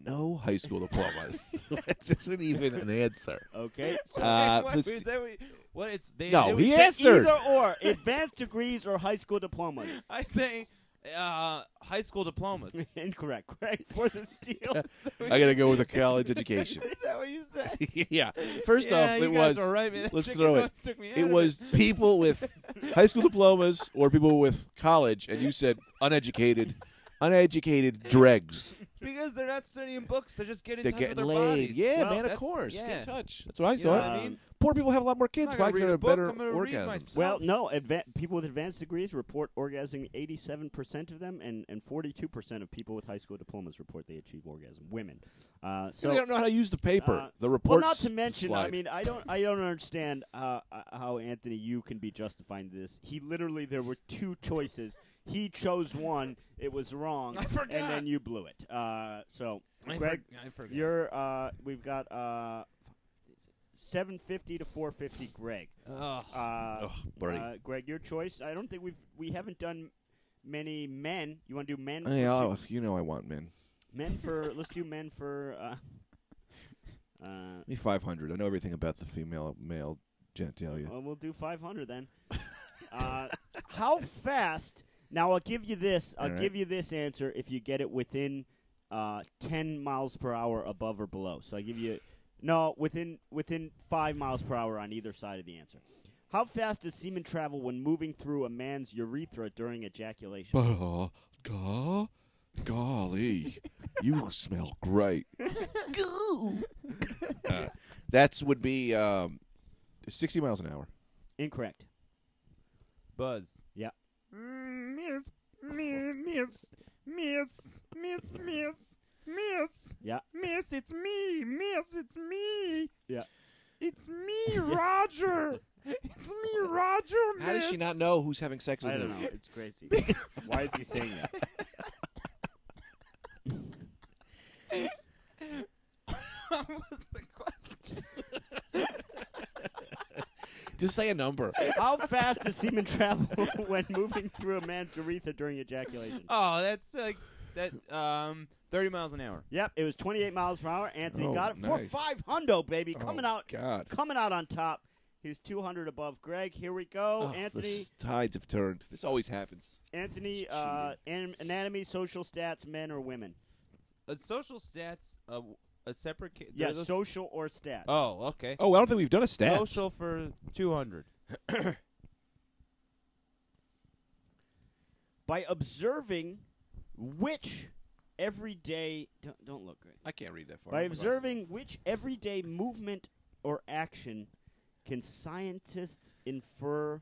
No high school diplomas. That's isn't even an answer. Okay. So Uh, what, let's- is that what- what it's they, No, they he would to take- answered. Either or, advanced degrees or high school diplomas. I say uh, high school diplomas. is Incorrect. Craig for the steal. I gotta go with a college education. that what you said? yeah. First yeah, off, you it guys was. were right, man. That let's chicken throw it. once took me out It of was people with high school diplomas or people with college, and you said uneducated, uneducated dregs. because they're not studying books; they're just getting They're touch getting with their laid. bodies. Yeah, Well, man. Of that's- course. yeah. Get in touch. That's what I You know saw. what I mean? Poor people have a lot more kids. I'm not Why gonna is read a there a book, better I'm gonna read orgasms? myself. Well, no. Adva- people with advanced degrees report orgasming 87% of them, and, and 42% of people with high school diplomas report they achieve orgasm. Women. Uh, they so. don't know how to use the paper. uh, the Well, report. not to mention, I mean, I don't, I don't understand uh, uh, how Anthony, you can be justifying this. He literally, there were two choices. He chose one; it was wrong, I forgot. and then you blew it. Uh, so, I, Greg, for- I forgot. You're uh we've got uh 750 to 450 Greg. Ugh. Uh, Ugh, Brady. uh, Greg, your choice. I don't think we've we haven't done many men. You want to do men? Hey, for oh, you know I want men. two- men for let's do men for uh uh Give me 500. I know everything about the female male genitalia. well, we'll do 500 then. uh how fast? Now I'll give you this. I'll All right. give you this answer if you get it within uh 10 miles per hour above or below. So I give you No, within within five miles per hour on either side of the answer. How fast does semen travel when moving through a man's urethra during ejaculation? Bah, gah, golly, you smell great. uh, that's would be um, 60 miles an hour. Incorrect. Buzz. Miss, miss, miss, miss, miss, miss. Yeah. Miss, it's me. Miss, it's me. Yeah. It's me, Roger. It's me, Roger. Miss. How does she not know who's having sex with I her? don't know. It's crazy. Why is he saying that? what was the question? Just say a number. How fast does semen travel when moving through a man's urethra during ejaculation? Oh, that's like that. Um, thirty miles an hour. Yep, it was 28 miles per hour. Anthony Oh, got it nice. for five hundo, baby, Oh, coming out, God. coming out on top. He's 200 above Greg. Here we go, Ugh, Anthony. The tides have turned. This always happens. Anthony, uh, an- anatomy, social stats, men or women? Uh, social stats. A, w- a separate. Ca- Yes, those- social or stats. Oh, okay. Oh, I don't think we've done a stat. Social for two hundred. by observing which everyday don't, don't look great I can't read that far. by Oh my God. observing which everyday movement or action can scientists infer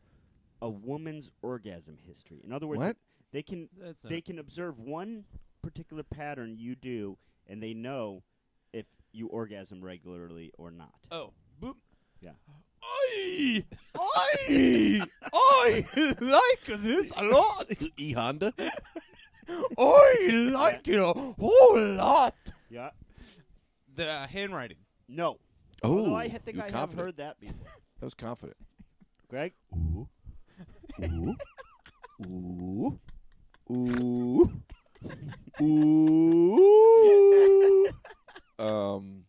a woman's orgasm history in other words What? they can That's they not, can observe one particular pattern you do and they know if you orgasm regularly or not oh, boop. Yeah. I, I, I like this a lot. E Honda. I like it a whole lot. yeah The handwriting. no Oh, Although i ha- think you're i have confident. heard that before That was confident. greg Ooh, ooh, ooh, ooh, ooh. Um,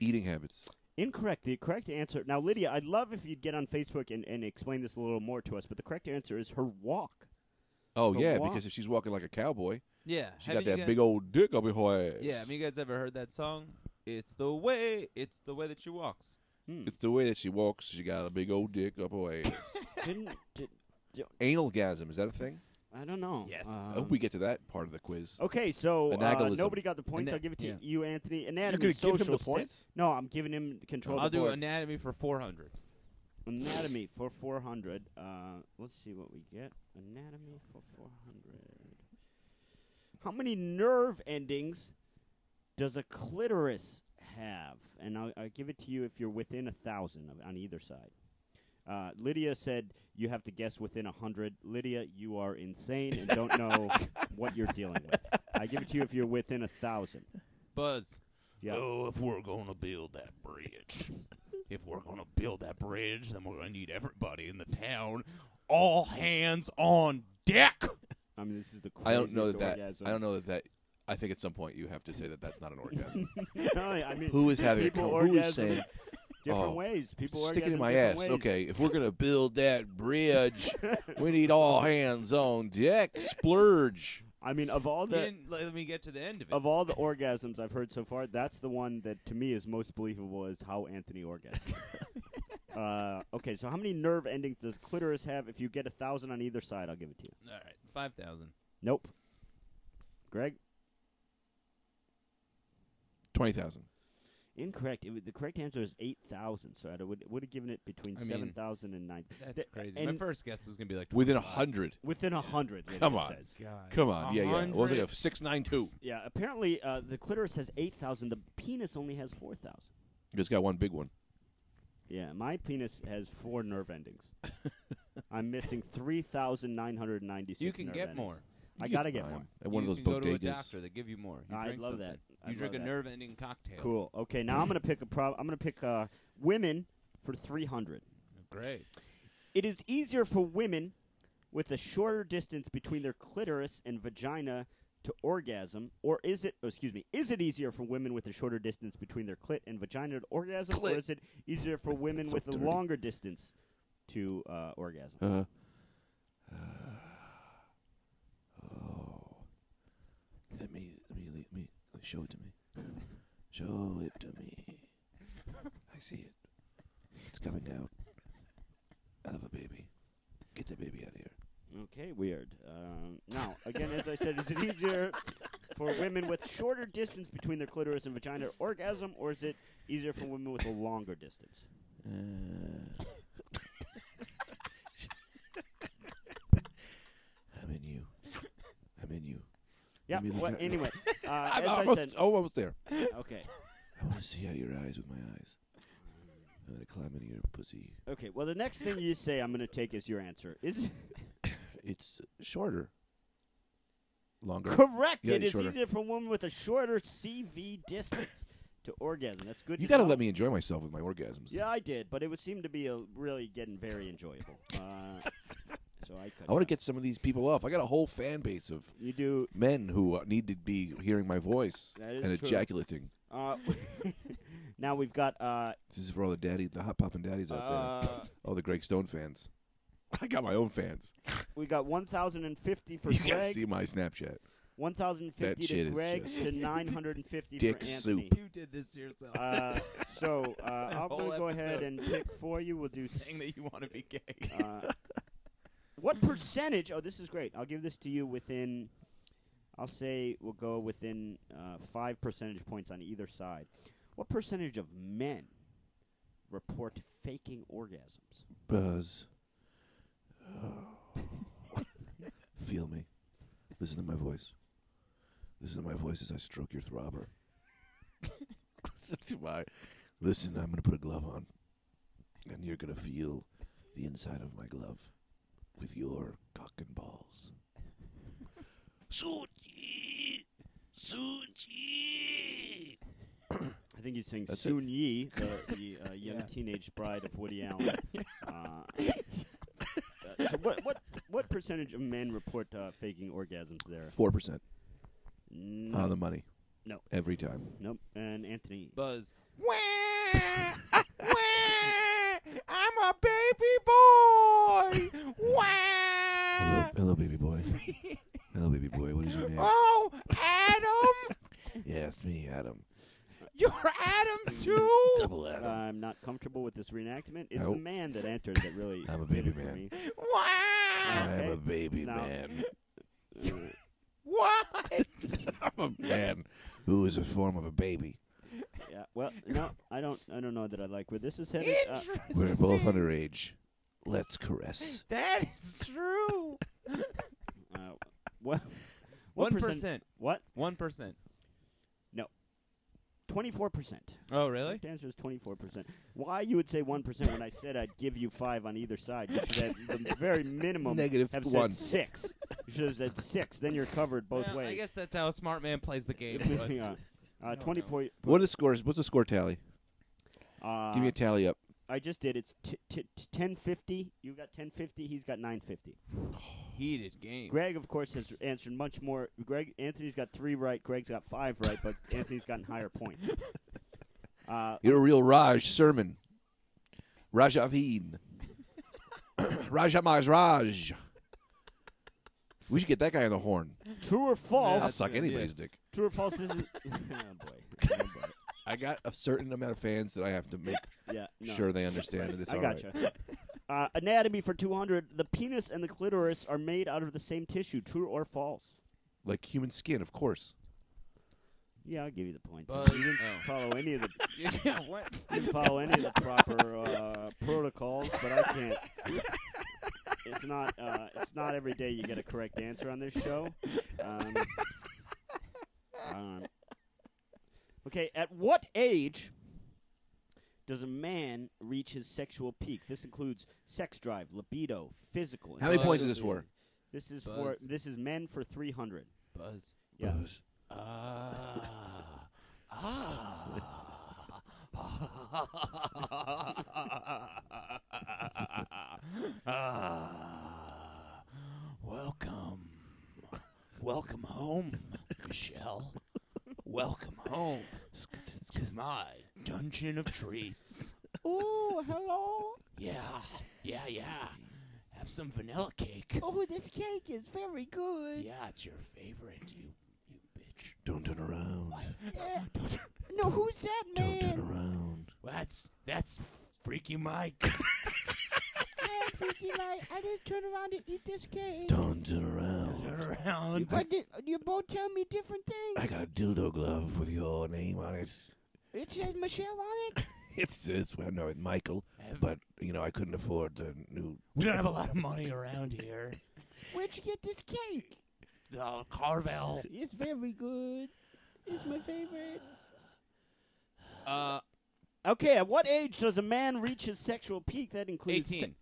eating habits. Incorrect. The correct answer. Now, Lydia, I'd love if you'd get on Facebook and, and explain this a little more to us, but the correct answer is her walk. Oh Her yeah, walk. because if she's walking like a cowboy, Yeah, she haven't got you that guys- big old dick up in her ass. Yeah, have you guys ever heard that song? It's the way, it's the way that she walks. it's the way that she walks. She got a big old dick up her ass. Didn't did, Analgasm is that a thing? I don't know. Um, Yes. I hope we get to that part of the quiz. Okay, so uh, Anagalism. nobody got the points. Ana- I'll give it to yeah. you, Anthony. Anatomy, gonna give him social the points? No, I'm giving him control. I'll of Oh, the do board. anatomy for 400. anatomy for 400. Uh, let's see what we get. Anatomy for 400. How many nerve endings does a clitoris have? And I'll, I'll give it to you if you're within a thousand of, on either side. Uh, Lydia said you have to guess within a hundred. Lydia, you are insane and don't know what you're dealing with. I give it to you if you're within a thousand. Buzz. Yeah. Oh, if we're gonna build that bridge, if we're gonna build that bridge, then we're gonna need everybody in the town, all hands on deck. I mean, this is the craziest I don't know that, that. orgasm. I don't know that that. I think at some point you have to say that that's not an orgasm. I mean, Who is having a people co- who is orgasm saying, different "Oh, ways. People Stick it in orgasm my ass. different ways. Okay, if we're gonna build that bridge, we need all hands on deck. Splurge. I mean, of all You Oh, the didn't let me get to the end of it. of all the orgasms I've heard so far, that's the one that to me is most believable is how Anthony orgasms. uh, okay, so how many nerve endings does clitoris have? If you get a thousand on either side, I'll give it to you. All right, 5,000. Nope. Greg, Twenty thousand. incorrect. It, wa- the correct answer is eight thousand. So I would would have given it between I mean, seven thousand and nine. That's Th- crazy. My and- first guess was going to be like Within a hundred. Within a hundred. Lydia Come on. says. God. Come on. Yeah, yeah. What was it? 100? A six nine two. Yeah. Apparently, uh, the clitoris has eight thousand. The penis only has four thousand. Just got one big one. Yeah, my penis has four nerve endings. I'm missing three thousand nine hundred ninety-six. You can nerve get endings. more. I gotta get Um, more. At one you of those can go to a bodegas. doctor. They give you more. You I'd drink love something. that. You I'd drink love a that. nerve-ending cocktail. Cool. Okay, now I'm gonna pick a prob. I'm gonna pick uh, women for three hundred. Great. It is easier for women with a shorter distance between their clitoris and vagina to orgasm, or is it? Oh, excuse me. Is it easier for women with a shorter distance between their clit and vagina to orgasm, or Clit. is it easier for women So with a dirty. longer distance to uh, orgasm? Uh, Let me, let me, let me, let me show it to me. Show it to me. I see it. It's coming out. I love a baby. Get the baby out of here. Okay, weird. Um, now, again, as I said, is it easier for women with shorter distance between their clitoris and vagina to orgasm, or is it easier for women with a longer distance? Uh, I'm in you. I'm in you. Yeah. Let me look Well, at- anyway, uh, I'm as I almost, said, oh, almost there. okay, I want to see out your eyes with my eyes. I'm gonna climb into your pussy. okay. Well, the next thing you say, I'm going to take as your answer. Is it It's shorter. Longer. correct? Yeah, it is shorter. easier for women with a shorter CV distance to orgasm. That's good. You got got to let me enjoy myself with my orgasms. Yeah, I did, but it would seem to be a really getting very enjoyable. Uh, so I. cut I want to it get some of these people off. I got a whole fan base of out. You do men who uh, need to be hearing my voice That is and true. ejaculating. Uh, now we've got uh, This is for all the daddy, the hot poppin' daddies out there, uh, all the Greg Stone fans. I got my own fans. we got 1,050 for You gotta Greg, see my Snapchat. 1,050 That shit to is Greg just to 950 dick for Anthony. soup. You did this to yourself. Uh, so uh, I'm whole going to go episode. ahead and pick for you. We'll do. saying that you want to be gay. Uh, what percentage? Oh, this is great. I'll give this to you within. I'll say we'll go within uh, five percentage points on either side. What percentage of men report faking orgasms? Buzz. Oh. Feel me. Listen to my voice. Listen to my voice as I stroke your throbber. Listen to my. Listen, I'm gonna put a glove on, and you're gonna feel the inside of my glove with your cock and balls. Suchi, Suchi. I think he's saying That's it. Soon Yi, the, the uh, young teenage bride of Woody Allen. Uh, so what what what percentage of men report uh, faking orgasms there? Four percent No, Uh, on the money. No. every time. nope. And Anthony, Buzz. Wah, wah, I'm a baby boy. Hello, Wah. hello, baby boy. hello, baby boy. What is your name? Oh, Adam, Yeah, it's me, Adam. you're Adam too. Double Adam. I'm not comfortable with this reenactment. It's Nope. the man that entered that really. I'm a baby did it for man. me. Wah, I'm okay. a baby No. man. Uh, what? I'm a man who is a form of a baby. Yeah. Well, no, I don't. I don't know that I like where this is headed. Uh, Interesting. We're both underage. Let's caress. That is true. uh, what? What One percent? percent. What? One percent. Twenty-four percent. Oh, really? Correct answer is twenty-four percent. Why you would say one percent when I said I'd give you five on either side? You should at the very minimum Negative have one. said six. You should have said six. Then you're covered both Well, ways. I guess that's how a smart man plays the game. but- yeah. Uh, twenty point. What is scores? What's the score tally? Uh, Give me a tally up. I just did. It's t- t- t- ten fifty. You got ten fifty. He's got nine fifty. Heated game. Greg, of course, has answered much more. Greg Anthony's got three right. Greg's got five right, but Anthony's gotten higher points. Uh, You're a real Raj Sermon. Rajaveen. Raja Raj. We should get that guy on the horn. true or I'll false? That's suck a good idea. anybody's dick. True or false? This is. oh boy. Oh, boy. I got a certain amount of fans that I have to make Yeah. No. sure they understand that it's I all right. gotcha. Uh, anatomy for 200. The penis and the clitoris are made out of the same tissue. True or false? Like human skin, of course. Yeah, I'll give you the points. Buzz. you didn't Oh. follow any of the yeah, what? didn't follow any of the proper uh, protocols, but I can't. It's not. Uh, it's not every day you get a correct answer on this show. Um, um, okay. At what age does a man reach his sexual peak? This includes sex drive, libido, physical. and How many sexual points is this for? feeling. This is for. Buzz. This is men for three hundred. Buzz. Yeah. Buzz. Ah, welcome. Welcome home, Michelle. Welcome home to my dungeon of treats. Oh, hello. Yeah, yeah, yeah. Have some vanilla cake. Oh, this cake is very good. Yeah, it's your favorite, you you bitch. Don't turn around. Eh, No, who's that Don't turn around. That's that's freaky Mike. Eh, I didn't turn around to eat this cake. Don't turn around. Turn around. But did, you both tell me different things. I got a dildo glove with your name on it. It says Michelle on it. It's it's well no, it's Michael, but you know I couldn't afford the new. We don't have a lot of money around here. Where'd you get this cake? Oh, Carvel. It's very good. It's my favorite. Uh, Okay, at what age does a man reach his sexual peak? That includes. 18.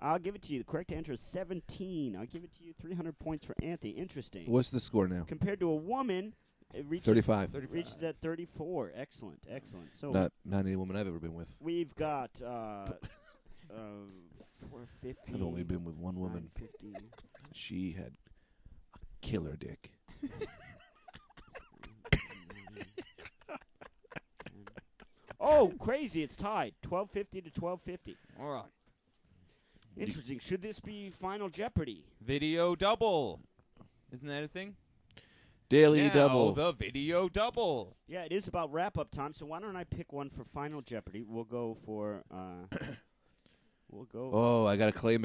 I'll give it to you. The correct answer is 17. I'll give it to you. 300 points for Anthony. Interesting. What's the score now? Compared to a woman, it reaches, 35. reaches at 34. Excellent, excellent. So Not, not any woman I've ever been with. We've got uh, uh, four fifty. I've only been with one woman. She had a killer dick. oh, crazy! It's tied. Twelve fifty to twelve fifty. all right. Interesting. Should this be Final Jeopardy? Video double. Isn't that a thing? Daily now Double. the video double. Yeah, it is about wrap up time. So why don't I pick one for Final Jeopardy? We'll go for. Uh, we'll go. oh, I got a claim.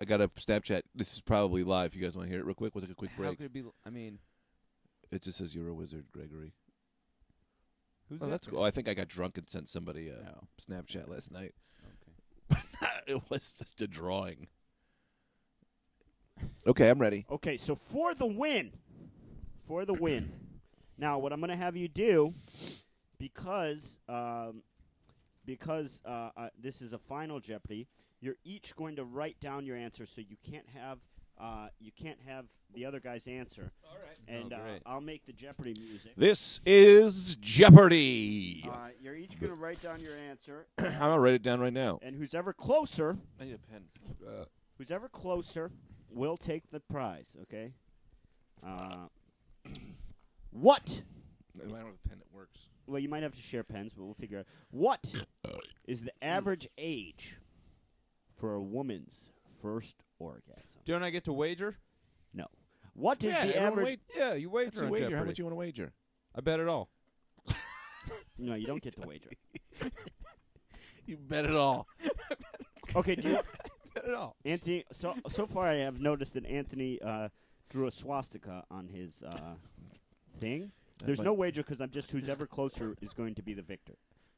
I got a Snapchat. This is probably live. You guys want to hear it real quick? We'll take a quick How break. could it be? I mean, It just says you're a wizard, Gregory. who's Oh, that? that's cool. I think I got drunk and sent somebody a No. Snapchat last night. Okay. it was just a drawing. Okay, I'm ready. Okay, so for the win, for the win. now, what I'm going to have you do, because um, because uh, uh, this is a final Jeopardy, you're each going to write down your answer, so you can't have uh, you can't have the other guy's answer. All right. And Oh, uh, great. I'll make the Jeopardy music. This is Jeopardy. Uh, you're each going to write down your answer, I'm gonna write it down right now. and who's ever closer, I need a pen. who's ever closer, will take the prize. Okay. Uh, what I don't have a pen that works. well, you might have to share pens, but we'll figure out what is the average age for a woman's first orgasm. Don't I get to wager? No. What is the average? Yeah, you wager It's a on wager. How Jeopardy. much you want to wager? I bet it all. No, you don't get the wager. You bet it all. Okay, do you, Bet it all. Anthony. So so far, I have noticed that Anthony uh, drew a swastika on his uh, thing. There's no wager because I'm just who's ever closer is going to be the victor.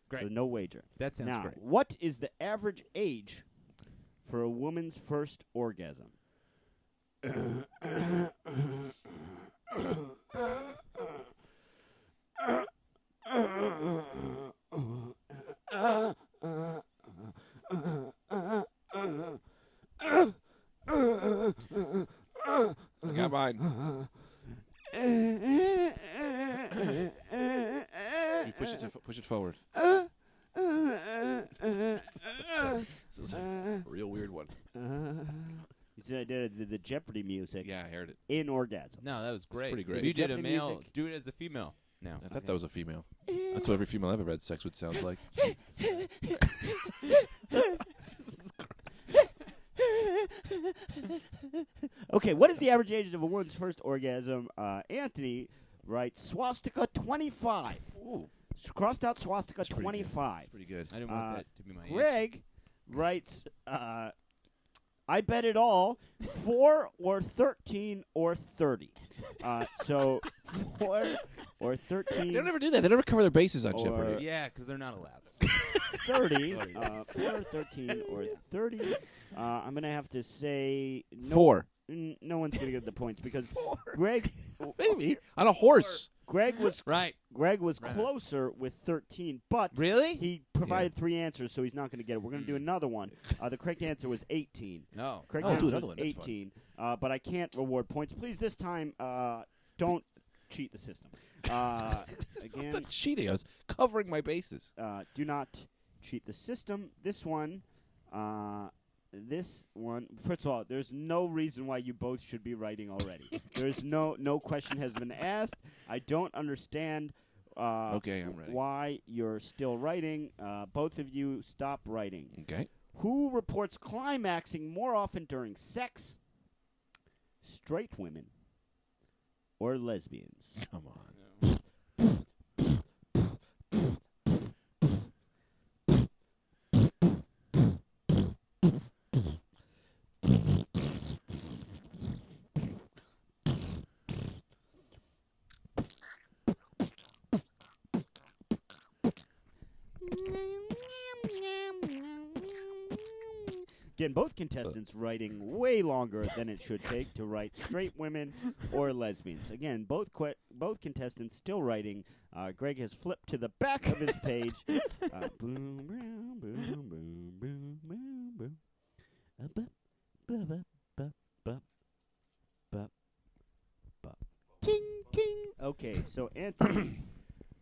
Great. So no wager. That sounds now, great. what is the average age for a woman's first orgasm? I got mine. You push it. To, f- push it forward. This is a real weird one. You see, I did the, the Jeopardy music Yeah, I heard it. in orgasm. No, that was great. pretty If great. You did a Jeopardy male. music. Do it as a female. Now. I thought that was a female. Eh, That's what every female I've ever had sex with sounds like. Okay, what is the average age of a woman's first orgasm? Uh, Anthony writes swastika 25. Ooh, She crossed out swastika pretty good. 25. that's pretty good. I didn't want Uh, that to be my answer. Greg writes, uh, I bet it all, 4 or 13 or 30. Uh, so 4 or 13 They don't ever do that. They never cover their bases on Or- Jeopardy. Yeah, because they're not allowed. 30, uh, 4 or 13 or 30. Uh, I'm going to have to say no, Four. n- no one's going to get the points because Greg Maybe. On a horse. Greg was Right. Greg was Right. closer with 13, but Really? he provided three answers, so he's not going to get it. We're going to do another one. Uh, the correct answer was 18. no. Correct Mm. Oh, I'll do answer another was one. That's fine. 18, uh, but I can't reward points. Please, this time, uh, don't cheat the system. Uh, I'm again, not cheating. I was covering my bases. uh, do not cheat the system. This one, uh, this one. First of all, there's no reason why you both should be writing already. there's no no question has been asked. I don't understand. Uh, Okay, I'm ready. Why you're still writing? Uh, both of you stop writing. Okay. Who reports climaxing more often during sex? Straight women or lesbians? Come on. Again, both contestants writing way longer than it should take to write straight women or lesbians. Again, both que- both contestants still writing. Uh, Greg has flipped to the back of his page. Uh, boom, boom, boom, boom, boom, boom, boom. Uh, bup, bup, bup, bup, bup, bup, bup. Ting, ting. Okay, so Anthony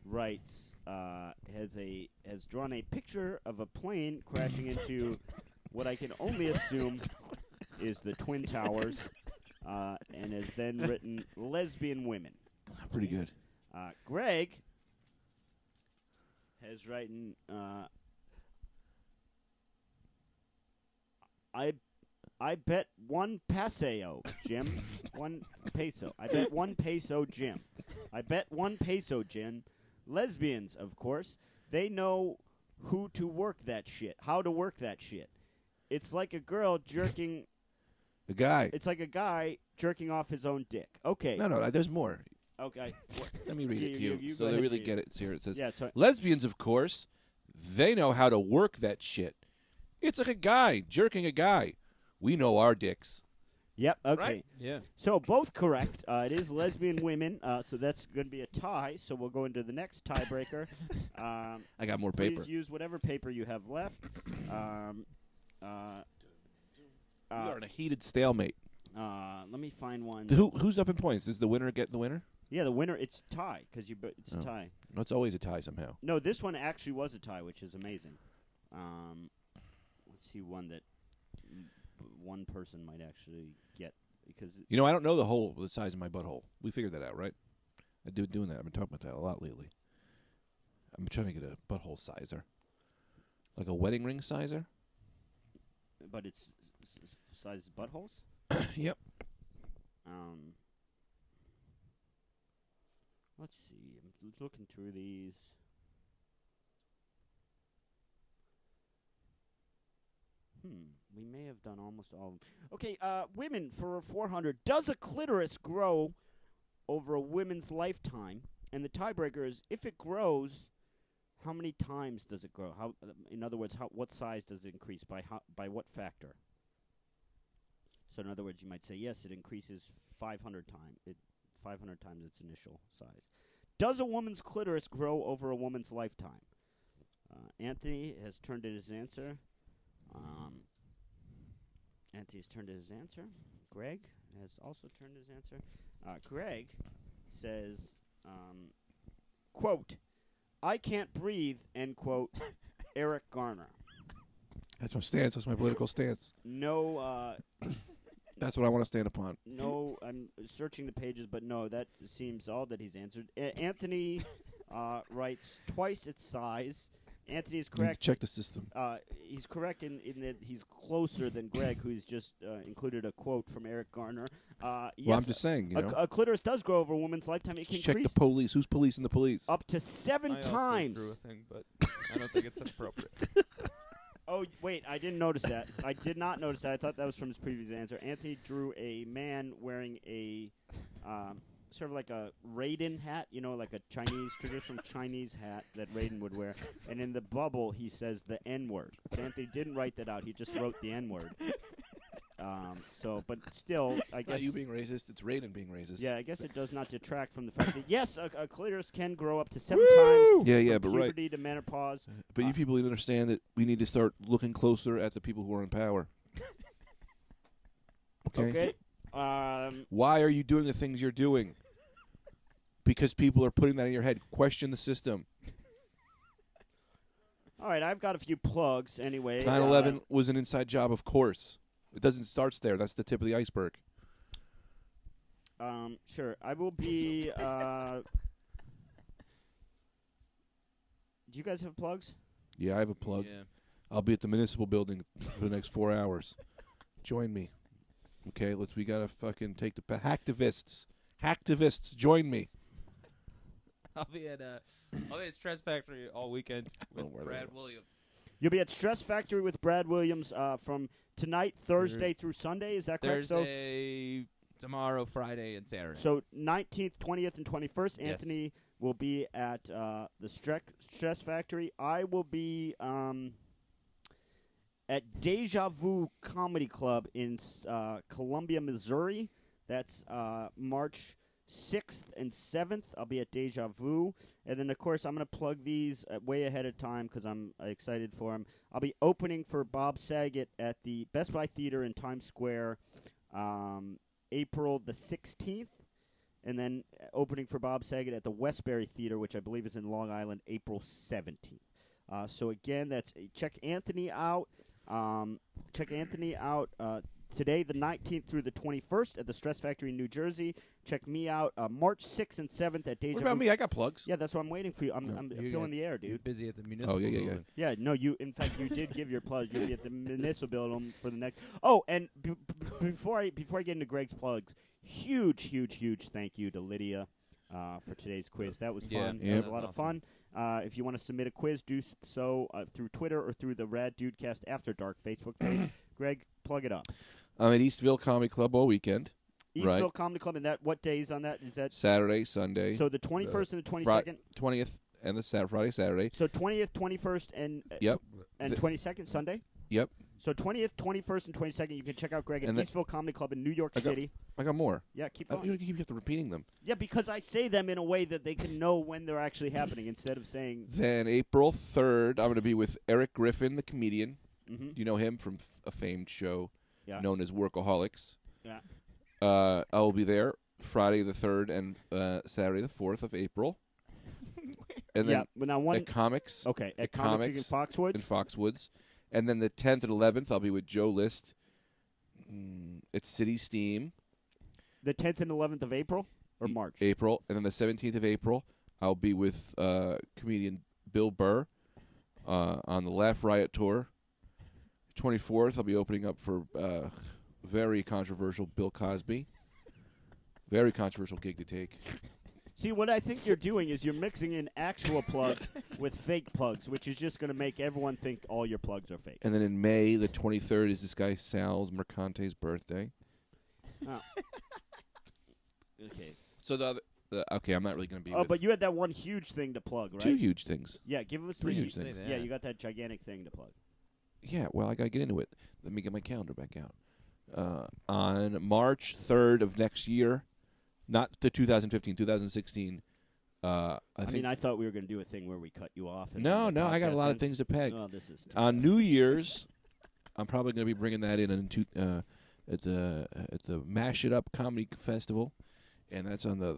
writes uh, has a has drawn a picture of a plane crashing into what I can only assume is the Twin Towers, uh, and has then written lesbian women. Pretty good. Uh, Greg has written, uh, I, I bet one peso, Jim. one peso. I bet one peso, Jim. I bet one peso, Jim. Lesbians, of course. They know who to work that shit, how to work that shit. It's like a girl jerking. The guy. It's like a guy jerking off his own dick. Okay. No, no, there's more. Okay. Let me read Yeah, it to you- you, you go so they ahead, really read get it. So Here it says, Yeah. So lesbians, of course, they know how to work that shit. It's like a guy jerking a guy. We know our dicks. Yep. Okay. Yeah. So both correct. Uh, it is lesbian women. Uh, so that's going to be a tie. So we'll go into the next tiebreaker. um, I got more paper. please use whatever paper you have left. Um, uh, we uh, are in a heated stalemate. uh, let me find one. Who who's up in points? Does the winner get the winner? Yeah, the winner. It's tie because you. bo- It's Oh. a tie. No, it's always a tie somehow. No, this one actually was a tie, which is amazing. Um, let's see one that m- b- one person might actually get because You know, I don't know the whole the size of my butthole. We figured that out, right? I do doing that. I've been talking about that a lot lately. I'm trying to get a butthole sizer, like a wedding ring sizer. but it's s- s- size buttholes. yep. Um, let's see. I'm l- looking through these. Hmm. We may have done almost all of them. Okay. Uh, women for 400. Does a clitoris grow over a woman's lifetime? And the tiebreaker is if it grows, how many times does it grow? How, in other words, how what size does it increase by how, by what factor? So in other words, you might say yes, it increases 500 times it 500 times its initial size. Does a woman's clitoris grow over a woman's lifetime? Uh, Anthony has turned in his answer. Um, Anthony's turned in his answer. Greg has also turned his answer. Uh, Greg says, um, "Quote, I can't breathe." End quote. Eric Garner. That's my stance. That's my political stance. No uh, That's what I want to stand upon. No, I'm searching the pages, but no, that seems all that he's answered. A- Anthony uh, writes twice its size. Anthony is Correct. correct. Check the system. Uh, he's correct in, in that he's closer than Greg, who's just uh, included a quote from Eric Garner. Uh, yes, well, I'm just saying, you a, know. a clitoris does grow over a woman's lifetime. It can Just check the increase police. Who's policing the police? up to seven I also times. drew a thing, but I don't think it's appropriate. Oh wait, I didn't notice that. I did not notice that. I thought that was from his previous answer. Anthony drew a man wearing a um, sort of like a Raiden hat, you know, like a Chinese traditional Chinese hat that Raiden would wear. And in the bubble, he says the N word. Anthony didn't write that out. He just wrote the N word. Um, so, but still, I guess being racist. It's Raiden being racist. yeah, I guess it does not detract from the fact that yes, a, a clitoris can grow up to seven times. Yeah, yeah, from but right. puberty to menopause. But Uh, you people need to understand that we need to start looking closer at the people who are in power. Okay. Okay. Um, Why are you doing the things you're doing? Because people are putting that in your head. Question the system. All right, I've got a few plugs anyway. 9 Uh, 11 was an inside job, of course. It doesn't start there. That's the tip of the iceberg. Um, sure. I will be. Uh, do you guys have plugs? Yeah, I have a plug. I'll be at the municipal building for the next four hours. Join me. Okay, let's. We gotta fucking take the pa- hacktivists. Hacktivists, join me. I'll be at uh, I'll be at Stress Factory all weekend with Don't worry about Brad it. Williams. You'll be at Stress Factory with Brad Williams uh, from tonight, Thursday through Sunday. Is that correct? Thursday, tomorrow, Friday, and Saturday. So, so 19th, 20th, and 21st. Yes. Anthony will be at uh, the Stress Stress Factory. I will be um, at Deja Vu Comedy Club in s- uh, Columbia, Missouri. That's uh, March 6th and 7th. I'll be at Deja Vu. And then, of course, I'm going to plug these uh, way ahead of time because I'm uh, excited for them. I'll be opening for Bob Saget at the Best Buy Theater in Times Square um, April the 16th. And then uh, opening for Bob Saget at the Westbury Theater, which I believe is in Long Island, April 17th. Uh, so again, that's check Anthony out. Um, check Anthony out. Uh, today, the 19th through the 21st at the Stress Factory in New Jersey. Check me out uh, March 6th and 7th at Deja What about Vu- me? I got plugs. Yeah, that's what I'm waiting for you. I'm, No, I'm you feeling got- the air, You're dude. busy at the municipal. Oh, yeah, yeah, yeah. building. Yeah, no, you. In fact, you did give your plug. You'll be at the municipal building for the next. Oh, and b- b- before I before I get into Greg's plugs, huge, huge, huge thank you to Lydia uh, for today's quiz. That was Yeah, fun. yeah. That was a lot of Awesome. fun. Uh, if you want to submit a quiz, do s- so uh, through Twitter or through the Rad Dudecast After Dark Facebook page. Greg, plug it up. I'm at Eastville Comedy Club all weekend. Eastville Right. Comedy Club, and that what days on that is that? Saturday, Sunday, So the twenty first and the twenty Fri- second. 20th, and the Saturday, Friday, Saturday. So twentieth, twenty first, and uh, Yep. and Th- twenty second Sunday. Yep. So twentieth, twenty first, and twenty second, you can check out Greg at And the- Uh, Eastville Comedy Club in New York I got- City. I got more. Yeah, keep I, you going. keep repeating them. Yeah, because I say them in a way that they can know when they're actually happening instead of saying. Then April 3rd, I'm going to be with Eric Griffin, the comedian. hmm You know him from f- a famed show Yeah. known as Workaholics. Yeah. Uh, I will be there Friday the 3rd and uh, Saturday the 4th of April. and yeah, then but now one. Oh, at Comics okay, at at Comics, in Foxwoods. in Foxwoods. And then the 10th and 11th, I'll be with Joe List mm, at City Steam, the tenth and eleventh of April or E- March. April. And then the 17th of April, I'll be with uh, comedian Bill Burr uh, on the Laugh Riot Tour. 24th, I'll be opening up for uh, very controversial Bill Cosby. Very controversial gig to take. See, what I think you're doing is you're mixing in actual plugs with fake plugs, which is just going to make everyone think all your plugs are fake. And then in May, the 23rd, is this guy Sal's Mercante's birthday. Okay. So the other. The, okay, I'm not really going to be. Oh, with but you had that one huge thing to plug, right? two huge things. Yeah, give us Three the- huge things. Yeah, you got that gigantic thing to plug. Yeah, well, I got to get into it. Let me get my calendar back out. Uh, on March 3rd of next year, not the 2015, 2016. Uh, I, I, think. mean, I thought we were going to do a thing where we cut you off. and no, then the no, I got a podcast lot ends. of things to Uh, peg. Oh, this is. on New Year's, I'm probably going to be bringing that in, in two, uh, at the at the Mash It Up Comedy Festival, and that's on the.